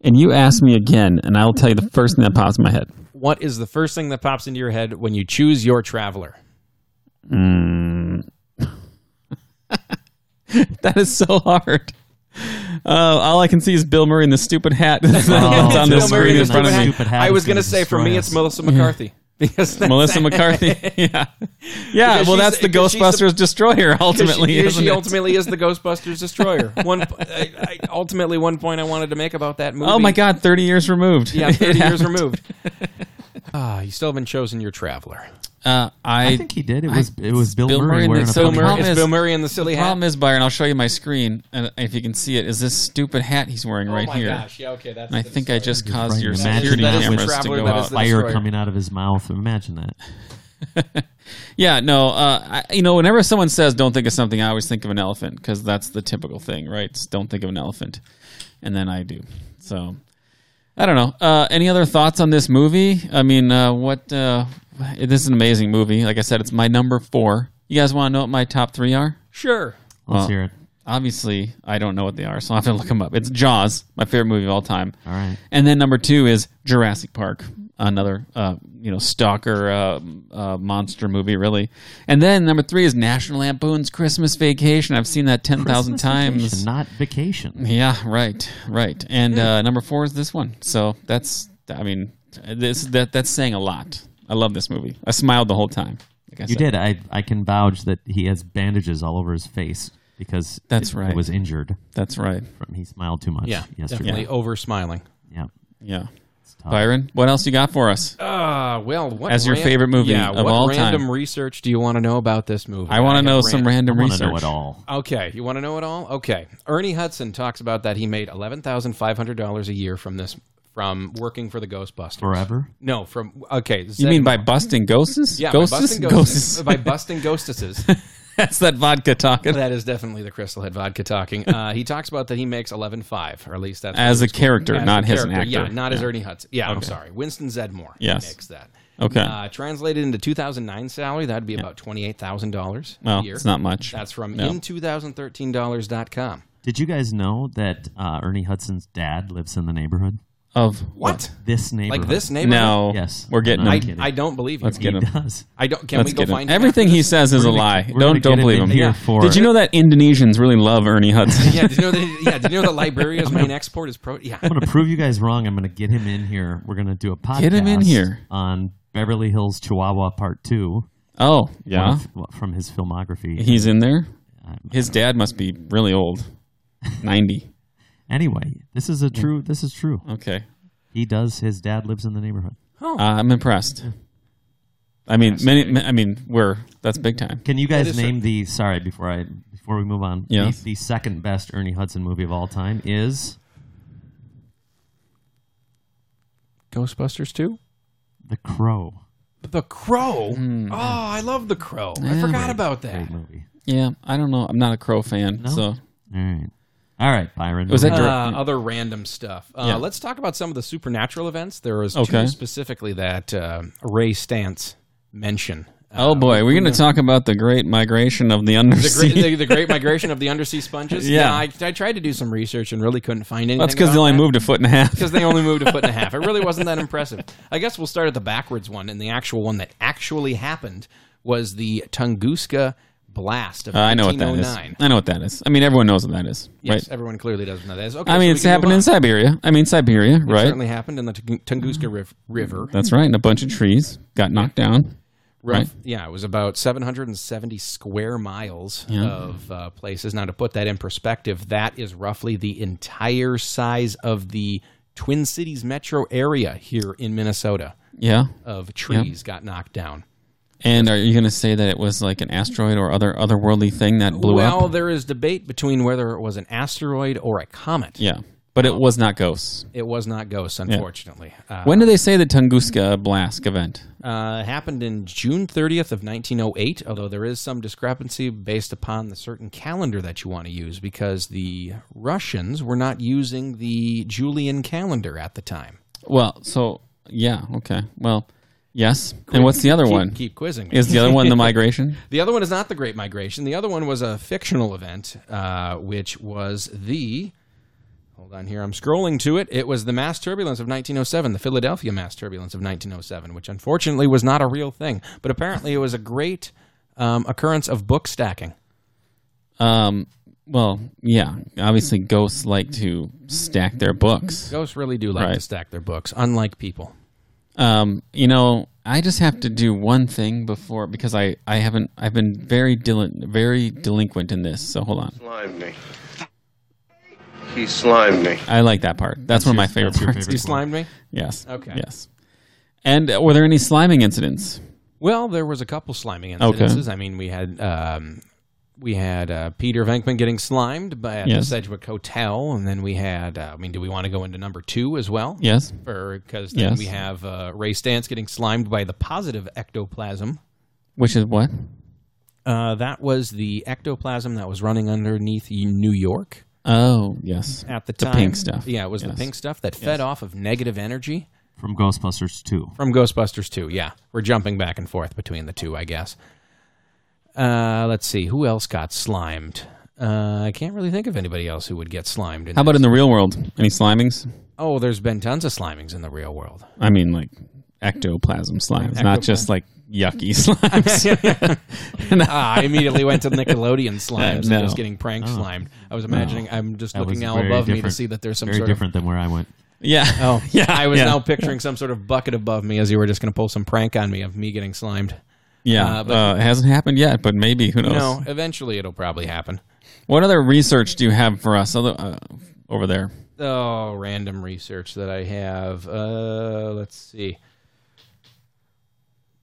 S9: And you ask me again, and I will tell you the first thing that pops in my head.
S10: What is the first thing that pops into your head when you choose your traveler?
S9: Mm. that is so hard. Uh, all I can see is Bill Murray in the stupid hat that's on the
S10: Oh, Bill Murray
S9: screen
S10: in
S9: in front of me.
S10: stupid hat. I was going to say for me, it's Melissa McCarthy. Because that's-
S9: Melissa McCarthy. Yeah. Yeah.
S10: Because
S9: well,
S10: she's-
S9: that's the
S10: because she's
S9: Ghostbusters destroyer
S10: because she-
S9: ultimately.
S10: because
S9: isn't
S10: she
S9: it?
S10: ultimately is the Ghostbusters destroyer. One, I, I, ultimately, one point I wanted to make about that movie.
S9: Oh my God! Thirty years removed.
S10: Yeah,
S9: It
S10: thirty years
S9: happened.
S10: removed. Ah, you still haven't chosen your traveler.
S9: Uh, I,
S11: I think he did. It was- it was Bill Murray
S9: and
S11: wearing
S9: the,
S11: a
S9: so
S11: funny
S9: the problem
S11: hat.
S9: is-
S11: It's Bill
S10: Murray and the silly hat.
S9: Problem is, Byron, I'll show you my screen, and if you can see it, is this stupid hat he's wearing right
S10: Oh, my
S9: here.
S10: gosh, yeah, okay, that's
S9: And I
S10: the
S9: think I just caused your
S11: Imagine
S9: security
S11: that.
S9: cameras to go out.
S11: Uh, Fire coming out of his mouth. Imagine that.
S9: Yeah, no, uh, I, you know, whenever someone says "don't think of something," I always think of an elephant because that's the typical thing, right? It's don't think of an elephant, and then I do. So, I don't know. Uh, any other thoughts on this movie? I mean, uh, what? Uh, this is an amazing movie. Like I said, it's my number four. You guys want to know what my top three are?
S10: Sure.
S11: Let's hear it.
S9: Obviously, I don't know what they are, so I have to look them up. It's Jaws, my favorite movie of all time.
S11: All right.
S9: And then number two is Jurassic Park, another uh, you know stalker uh, uh, monster movie, really. And then number three is National Lampoon's Christmas Vacation. I've seen that ten thousand
S11: Christmas
S9: times.
S11: vacation, not vacation.
S9: Yeah, right, right. And uh, number four is this one. So that's, I mean, this that that's saying a lot. I love this movie. I smiled the whole time. Like I
S11: you
S9: said.
S11: did. I I can vouch that he has bandages all over his face because
S9: That's
S11: it-
S9: right.
S11: It was injured.
S9: That's right.
S11: From he smiled too much.
S10: Yeah,
S11: yesterday.
S10: definitely over smiling.
S11: Yeah.
S9: Yeah.
S11: tough.
S9: Byron, what else you got for us?
S10: Ah, well, what
S9: As your
S10: ran-
S9: favorite movie
S10: yeah,
S9: of
S10: what
S9: all time.
S10: random research do you want to know about this movie?
S9: I wanna
S10: have
S9: know some random I wanna know research. it
S11: all.
S10: Okay, you want to know it all? Okay. Ernie Hudson talks about that he made eleven thousand five hundred dollars a year from this from working for the Ghostbusters
S11: Forever?
S10: No, from okay.
S9: You mean by busting ghosts?
S10: Yeah,
S9: ghosts?
S10: by busting
S9: Ghosts?
S10: ghosts. by busting ghostesses.
S9: That's that vodka talking.
S10: That is definitely the crystal head vodka talking. Uh, he talks about that he makes eleven five, or at least that's what
S9: As
S10: he
S9: a
S10: was-
S9: character,
S10: as
S9: not
S10: a
S9: his
S10: character.
S9: actor.
S10: Yeah, not as
S9: Yeah.
S10: Ernie Hudson. Yeah, I'm
S9: Okay.
S10: sorry, Winston Zedmore.
S9: Yes.
S10: makes that.
S9: Okay.
S10: Uh, translated into 2009 salary, that'd be about twenty eight thousand dollars.
S9: Well,
S10: a year.
S9: it's not much.
S10: That's from
S9: No.
S10: in 2013 dollars.com.
S11: Did you guys know that uh, Ernie Hudson's dad lives in the neighborhood
S9: of
S10: What?
S11: This neighborhood.
S10: Like this neighborhood?
S9: No.
S11: Yes.
S9: We're getting
S11: No,
S9: him.
S11: I'm kidding.
S10: I don't believe you.
S9: Let's get
S11: He
S9: him.
S11: does.
S10: I don't- can
S9: Let's
S10: we go
S9: get him.
S10: find him
S9: Everything
S10: after
S9: he
S10: this?
S9: says is
S10: We're
S9: a
S10: gonna-
S9: lie.
S10: we're gonna
S9: Don't
S10: get
S9: don't
S10: him
S9: believe
S10: in
S9: him.
S10: here for
S9: Did
S10: it.
S9: you know that Indonesians really love Ernie Hudson?
S10: yeah, did you know that? Yeah, did you know that Liberia's main export is pro? Yeah,
S11: I'm going to prove you guys wrong. I'm going to get him in here. We're going to do a podcast.
S9: Get him in here.
S11: on Beverly Hills Chihuahua Part Two.
S9: Oh, yeah.
S11: One of- from his filmography.
S9: He's in there. His dad must be really old, ninety.
S11: Anyway, this is a true. This is true.
S9: Okay.
S11: He does. His dad lives in the neighborhood.
S10: Oh.
S9: Uh, I'm impressed. I mean, many. ma- I mean, we're that's big time.
S11: Can you
S9: That
S11: guys
S9: is
S11: name the? Sorry, before I before we move on.
S9: Yeah.
S11: The, the second best Ernie Hudson movie of all time is
S10: Ghostbusters Two.
S11: The Crow.
S10: The Crow.
S9: Hmm.
S10: Oh, I love The Crow. I
S9: Yeah.
S10: forgot about that.
S11: Great movie.
S9: Yeah, I don't know. I'm not a Crow fan,
S11: No?
S9: so
S11: All right. All right, Byron.
S9: Was that
S10: Uh,
S9: direct- Mm.
S10: other random stuff? Uh,
S9: Yeah.
S10: Let's talk about some of the supernatural events. There was
S9: Okay.
S10: two specifically that uh, Ray Stance mentioned.
S9: Oh boy, we're going to talk about the Great Migration of the
S10: The
S9: Undersea.
S10: great, the, the great migration of the undersea sponges.
S9: Yeah.
S10: I, I tried to do some research and really couldn't find anything.
S9: That's because they only moved a foot and a half.
S10: because they only moved a foot and a half. It really wasn't that impressive. I guess we'll start at the backwards one, and the actual one that actually happened was the Tunguska blast of
S9: Uh, I know what that
S10: 1909.
S9: is. I know what that is. I mean, everyone knows what that is,
S10: Yes,
S9: right?
S10: everyone clearly doesn't know that is. Okay,
S9: I
S10: so
S9: mean,
S10: we
S9: it's
S10: can move
S9: happened in
S10: on.
S9: Siberia. I mean, Siberia,
S10: It
S9: right?
S10: certainly happened in the Tung- Tunguska riv- River.
S9: That's right. And a bunch of trees got knocked down.
S10: Rough,
S9: Right.
S10: Yeah, it was about 770 square miles
S9: Yeah.
S10: of uh, places. Now, to put that in perspective, that is roughly the entire size of the Twin Cities metro area here in Minnesota.
S9: Yeah.
S10: Of
S9: Yep.
S10: trees got knocked down.
S9: And are you going to say that it was like an asteroid or other otherworldly thing that blew
S10: well,
S9: up?
S10: there is debate between whether it was an asteroid or a comet.
S9: Yeah. But it was not ghosts.
S10: It was not ghosts,
S9: Yeah.
S10: unfortunately. Uh,
S9: when do they say the Tunguska Blask event?
S10: Uh, it happened in June 30th of 1908, although there is some discrepancy based upon the certain calendar that you want to use because the Russians were not using the Julian calendar at the time.
S9: Well, so yeah, okay. Well, yes. and what's the other
S10: Keep-
S9: one?
S10: Keep quizzing. me.
S9: Is the other one the migration?
S10: the other one is not the Great Migration. The other one was a fictional event, uh, which was the. Hold on here. I'm scrolling to it. It was the mass turbulence of 1907, the Philadelphia mass turbulence of 1907, which unfortunately was not a real thing, but apparently it was a great um, occurrence of book stacking.
S9: Um. Well, yeah. Obviously, ghosts like to stack their books.
S10: Ghosts really do like to
S9: Right.
S10: stack their books, unlike people.
S9: Um. You know, I just have to do one thing before because I I haven't I've been very dilin very delinquent in this. So hold on.
S8: Slimed me. He slimed me.
S9: I like that part. That's,
S8: That's
S9: one of
S8: your-
S9: my favorite
S8: that's your
S9: parts.
S8: favorite You
S10: slimed me?
S9: Yes.
S10: Okay.
S9: Yes. And uh, were there any sliming incidents?
S10: Well, there was a couple sliming
S9: Okay.
S10: incidences. I mean, we had um, we had uh, Peter Venkman getting slimed by at the
S9: Yes.
S10: Sedgwick Hotel, and then we had. Uh, I mean, do we want to go into number two as well?
S9: Yes.
S10: because then
S9: Yes.
S10: we have uh, Ray Stantz getting slimed by the positive ectoplasm.
S9: Which is what?
S10: Uh, that was the ectoplasm that was running underneath New York.
S9: Oh, yes.
S10: At the
S9: The
S10: time,
S9: pink stuff.
S10: Yeah, it was the
S9: Yes.
S10: pink stuff that fed off of negative energy.
S11: From Ghostbusters 2.
S10: From Ghostbusters 2, yeah. We're jumping back and forth between the two, I guess. Uh, let's see. Who else got slimed? Uh, I can't really think of anybody else who would get slimed. In
S9: How about
S10: this.
S9: in the real world? Any slimings?
S10: Oh, there's been tons of slimings in the real world.
S9: I mean, like ectoplasm slimes, not just like yucky slimes.
S10: ah, I immediately went to Nickelodeon slimes.
S9: Uh,
S10: I
S9: no.
S10: was getting prank
S9: Oh.
S10: slimed. I was
S9: No.
S10: imagining. I'm just
S11: That was
S10: looking now
S11: very
S10: above me to
S11: different-
S10: see that there's some
S11: very
S10: sort
S11: different
S10: of
S11: than where I went.
S9: Yeah.
S10: Oh,
S9: Yeah,
S10: I was
S9: yeah.
S10: now picturing some sort of bucket above me as you were just going to pull some prank on me of me getting slimed.
S9: yeah,
S10: Uh,
S9: uh,
S10: but
S9: it hasn't happened yet, but maybe who knows?
S10: no, eventually it'll probably happen.
S9: What other research do you have for us other, uh, over there?
S10: Oh, random research that I have. Uh, let's see.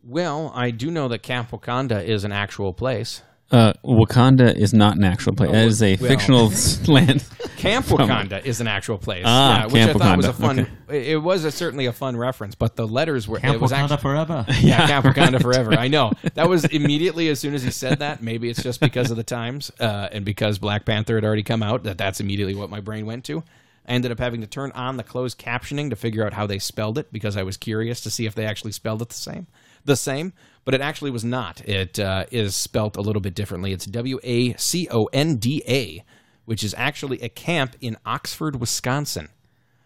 S10: Well, I do know that Camp Wakanda is an actual place.
S9: Uh, Wakanda is not an actual place. That is a
S10: Oh, well-
S9: fictional land.
S10: Camp
S9: from-
S10: Wakanda is an actual place.
S9: Ah,
S10: yeah, which
S9: Camp
S10: I thought was a
S9: Wakanda.
S10: fun.
S9: Okay.
S10: It it was a, certainly a fun reference, but the letters were.
S11: Camp
S10: it was
S11: Wakanda
S10: actually,
S11: forever.
S10: Yeah,
S11: Yeah,
S10: Camp
S11: right.
S10: Wakanda forever. I know that was immediately as soon as he said that. Maybe it's just because of the times uh, and because Black Panther had already come out. That that's immediately what my brain went to. I ended up having to turn on the closed captioning to figure out how they spelled it because I was curious to see if they actually spelled it the same. The same, but it actually was not. It uh, is spelt a little bit differently. It's W A C O N D A, which is actually a camp in Oxford, Wisconsin.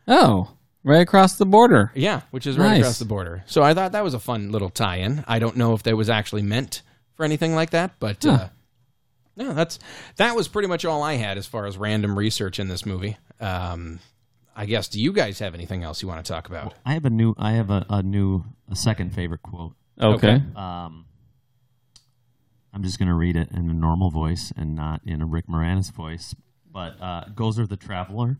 S9: Oh, right across the border.
S10: Yeah, which is right
S9: Nice.
S10: across the border. So I thought that was a fun little tie-in. I don't know if that was actually meant for anything like that, but uh,
S9: Huh.
S10: no, that's that was pretty much all I had as far as random research in this movie. Um, I guess. Do you guys have anything else you want to talk about?
S11: I have a new. I have a, a new. A second favorite quote.
S9: Okay. Okay.
S11: Um, I'm just gonna read it in a normal voice and not in a Rick Moranis voice. But uh, Gozer the Traveler,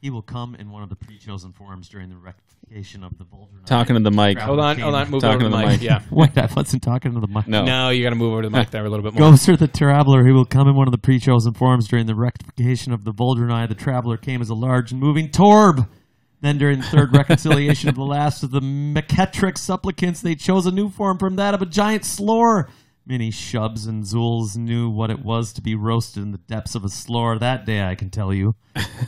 S11: he will come in one of the pre-chosen forms during the rectification of the Boulder. Knight.
S9: Talking to the mic.
S11: Traveler
S10: Hold on,
S11: came-
S10: hold on. Move over to the mic. Yeah.
S11: Wait, I wasn't talking to the mic.
S9: Oh.
S10: no, you got to move over to the mic there a little bit more.
S11: Ghoster the Traveler, who will come in one of the pre-chosen forms during the rectification of the Boulder and I, the Traveler came as a large and moving torb. Then during the third reconciliation of the last of the McKetrick supplicants, they chose a new form from that of a giant slore. Many shubs and zools knew what it was to be roasted in the depths of a slore that day, I can tell you.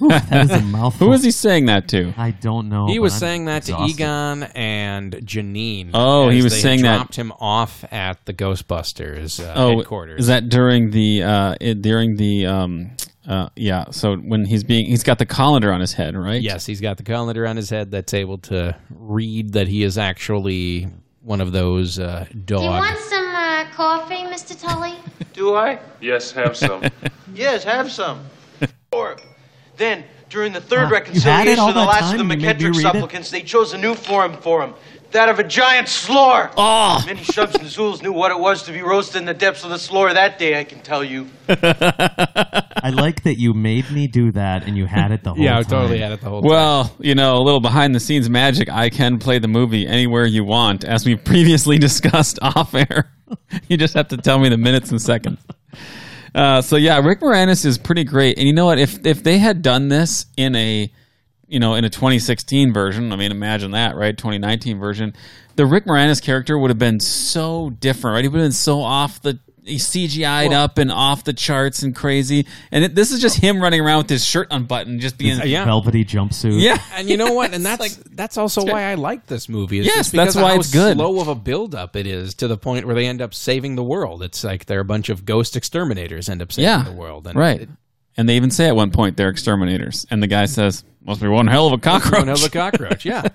S11: Ooh, that is a mouthful.
S9: Who is he saying that to?
S11: I don't know.
S10: he was
S11: but I'm
S10: saying that
S11: exhausted.
S10: to Egon and Janine.
S9: Oh, he
S10: as
S9: was
S10: they
S9: saying that-
S10: Dropped him off at the Ghostbusters uh,
S9: oh,
S10: headquarters.
S9: Is that during the uh, it, during the um, uh, yeah? So when he's being he's got the colander on his head, right?
S10: Yes, he's got the colander on his head that's able to read that he is actually one of those uh,
S17: Do you
S10: dogs.
S17: want some uh, coffee, Mr. Tully?
S6: Do I?
S4: Yes, have some.
S6: Yes, have some. or then, during the third
S11: Uh, Ah, had it
S6: reconciliation
S11: all
S6: of the
S11: that
S6: last of
S11: time?
S6: the
S11: You made me
S6: McKendrick
S11: read it?
S6: supplicants, they chose a new form for him. That of a giant slore.
S11: Ah.
S9: Oh.
S6: Many shubs and zools knew what it was to be roasted in the depths of the slore that day, I can tell you.
S11: I like that you made me do that and you had it the whole time.
S9: Well, you know, a little behind the scenes magic. I can play the movie anywhere you want, as we previously discussed off air. you just have to tell me the minutes and seconds. Uh, so yeah, Rick Moranis is pretty great, and you know what? If if they had done this in a you know in a 2016 version, I mean, imagine that, right? 2019 version, the Rick Moranis character would have been so different, right? He would have been so off the CGI'd up and off the charts and crazy, and it, this is just him running around with his shirt unbuttoned, just being
S11: Velvety jumpsuit.
S9: yeah.
S10: and you know what? And that's that's also why I like this movie. is
S9: Yes,
S10: just because
S9: that's why
S10: of how
S9: it's good.
S10: Slow of a buildup it is to the point where they end up saving the world. It's like they're a bunch of ghost exterminators end up saving
S9: yeah,
S10: the world.
S9: right. and they even say at one point they're exterminators, and the guy says, "Must be one hell of a cockroach."
S10: One hell of a cockroach. Yeah.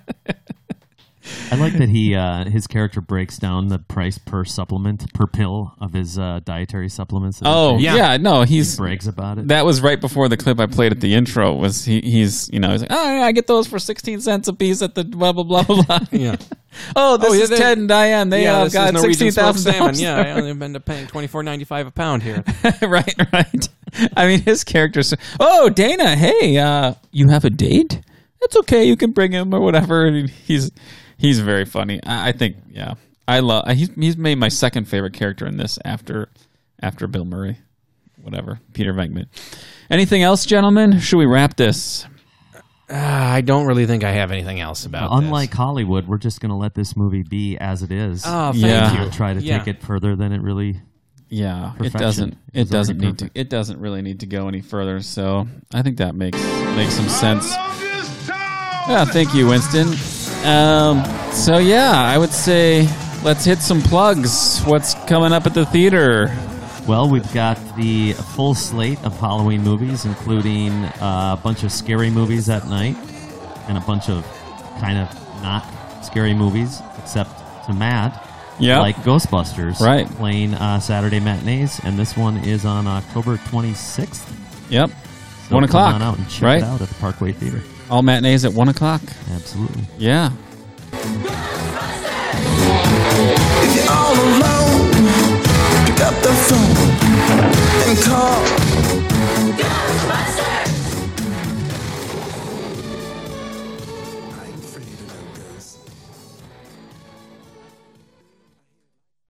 S11: I like that he uh, his character breaks down the price per supplement per pill of his uh, dietary supplements. that he
S9: Oh
S11: takes.
S9: yeah, no, he's
S11: he brags about it.
S9: That was right before the clip I played at the intro. Was he? He's you know he's like, oh yeah, I get those for sixteen cents a piece at the blah blah blah blah. blah."
S10: Yeah.
S9: oh, this
S10: Oh, yeah,
S9: is
S10: they-
S9: Ted and Diane. They
S10: yeah,
S9: uh,
S10: this is
S9: got
S10: Norwegian
S9: sixteen thousand
S10: smoked
S9: dollars.
S10: salmon. Yeah, I only end up paying twenty four ninety five a pound here.
S9: right, right. I mean, his character's. Oh, Dana. Hey, uh, you have a date? That's okay. You can bring him or whatever. And he's he's very funny. I, I think. Yeah, I love. He's he's made my second favorite character in this after after Bill Murray, whatever Peter Venkman. Anything else, gentlemen? Should we wrap this?
S10: Uh, I don't really think I have anything else about.
S11: Unlike Hollywood, we're just going to let this movie be as it is.
S10: Oh,
S9: thank Yeah. you.
S11: Not Try to
S9: Yeah.
S11: take it further than it really.
S9: Yeah, it
S11: Perfection. It
S9: doesn't. It
S11: was already
S9: doesn't need to. It doesn't really need to go any further. So I think that makes makes some sense. Yeah, Oh, thank you, Winston. Um, so yeah, I would say let's hit some plugs. What's coming up at the theater?
S11: Well, we've got the full slate of Halloween movies, including uh, a bunch of scary movies at night and a bunch of kind of not scary movies, except to Matt.
S9: Yeah.
S11: Like Ghostbusters.
S9: Right.
S11: Playing uh, Saturday matinees, and this one is on October 26th.
S9: Yep,
S11: So
S9: one
S11: come
S9: o'clock.
S11: on out and check it
S9: right
S11: out at the Parkway Theater.
S9: All matinees at one o'clock.
S11: Absolutely.
S9: Yeah.
S2: All alone.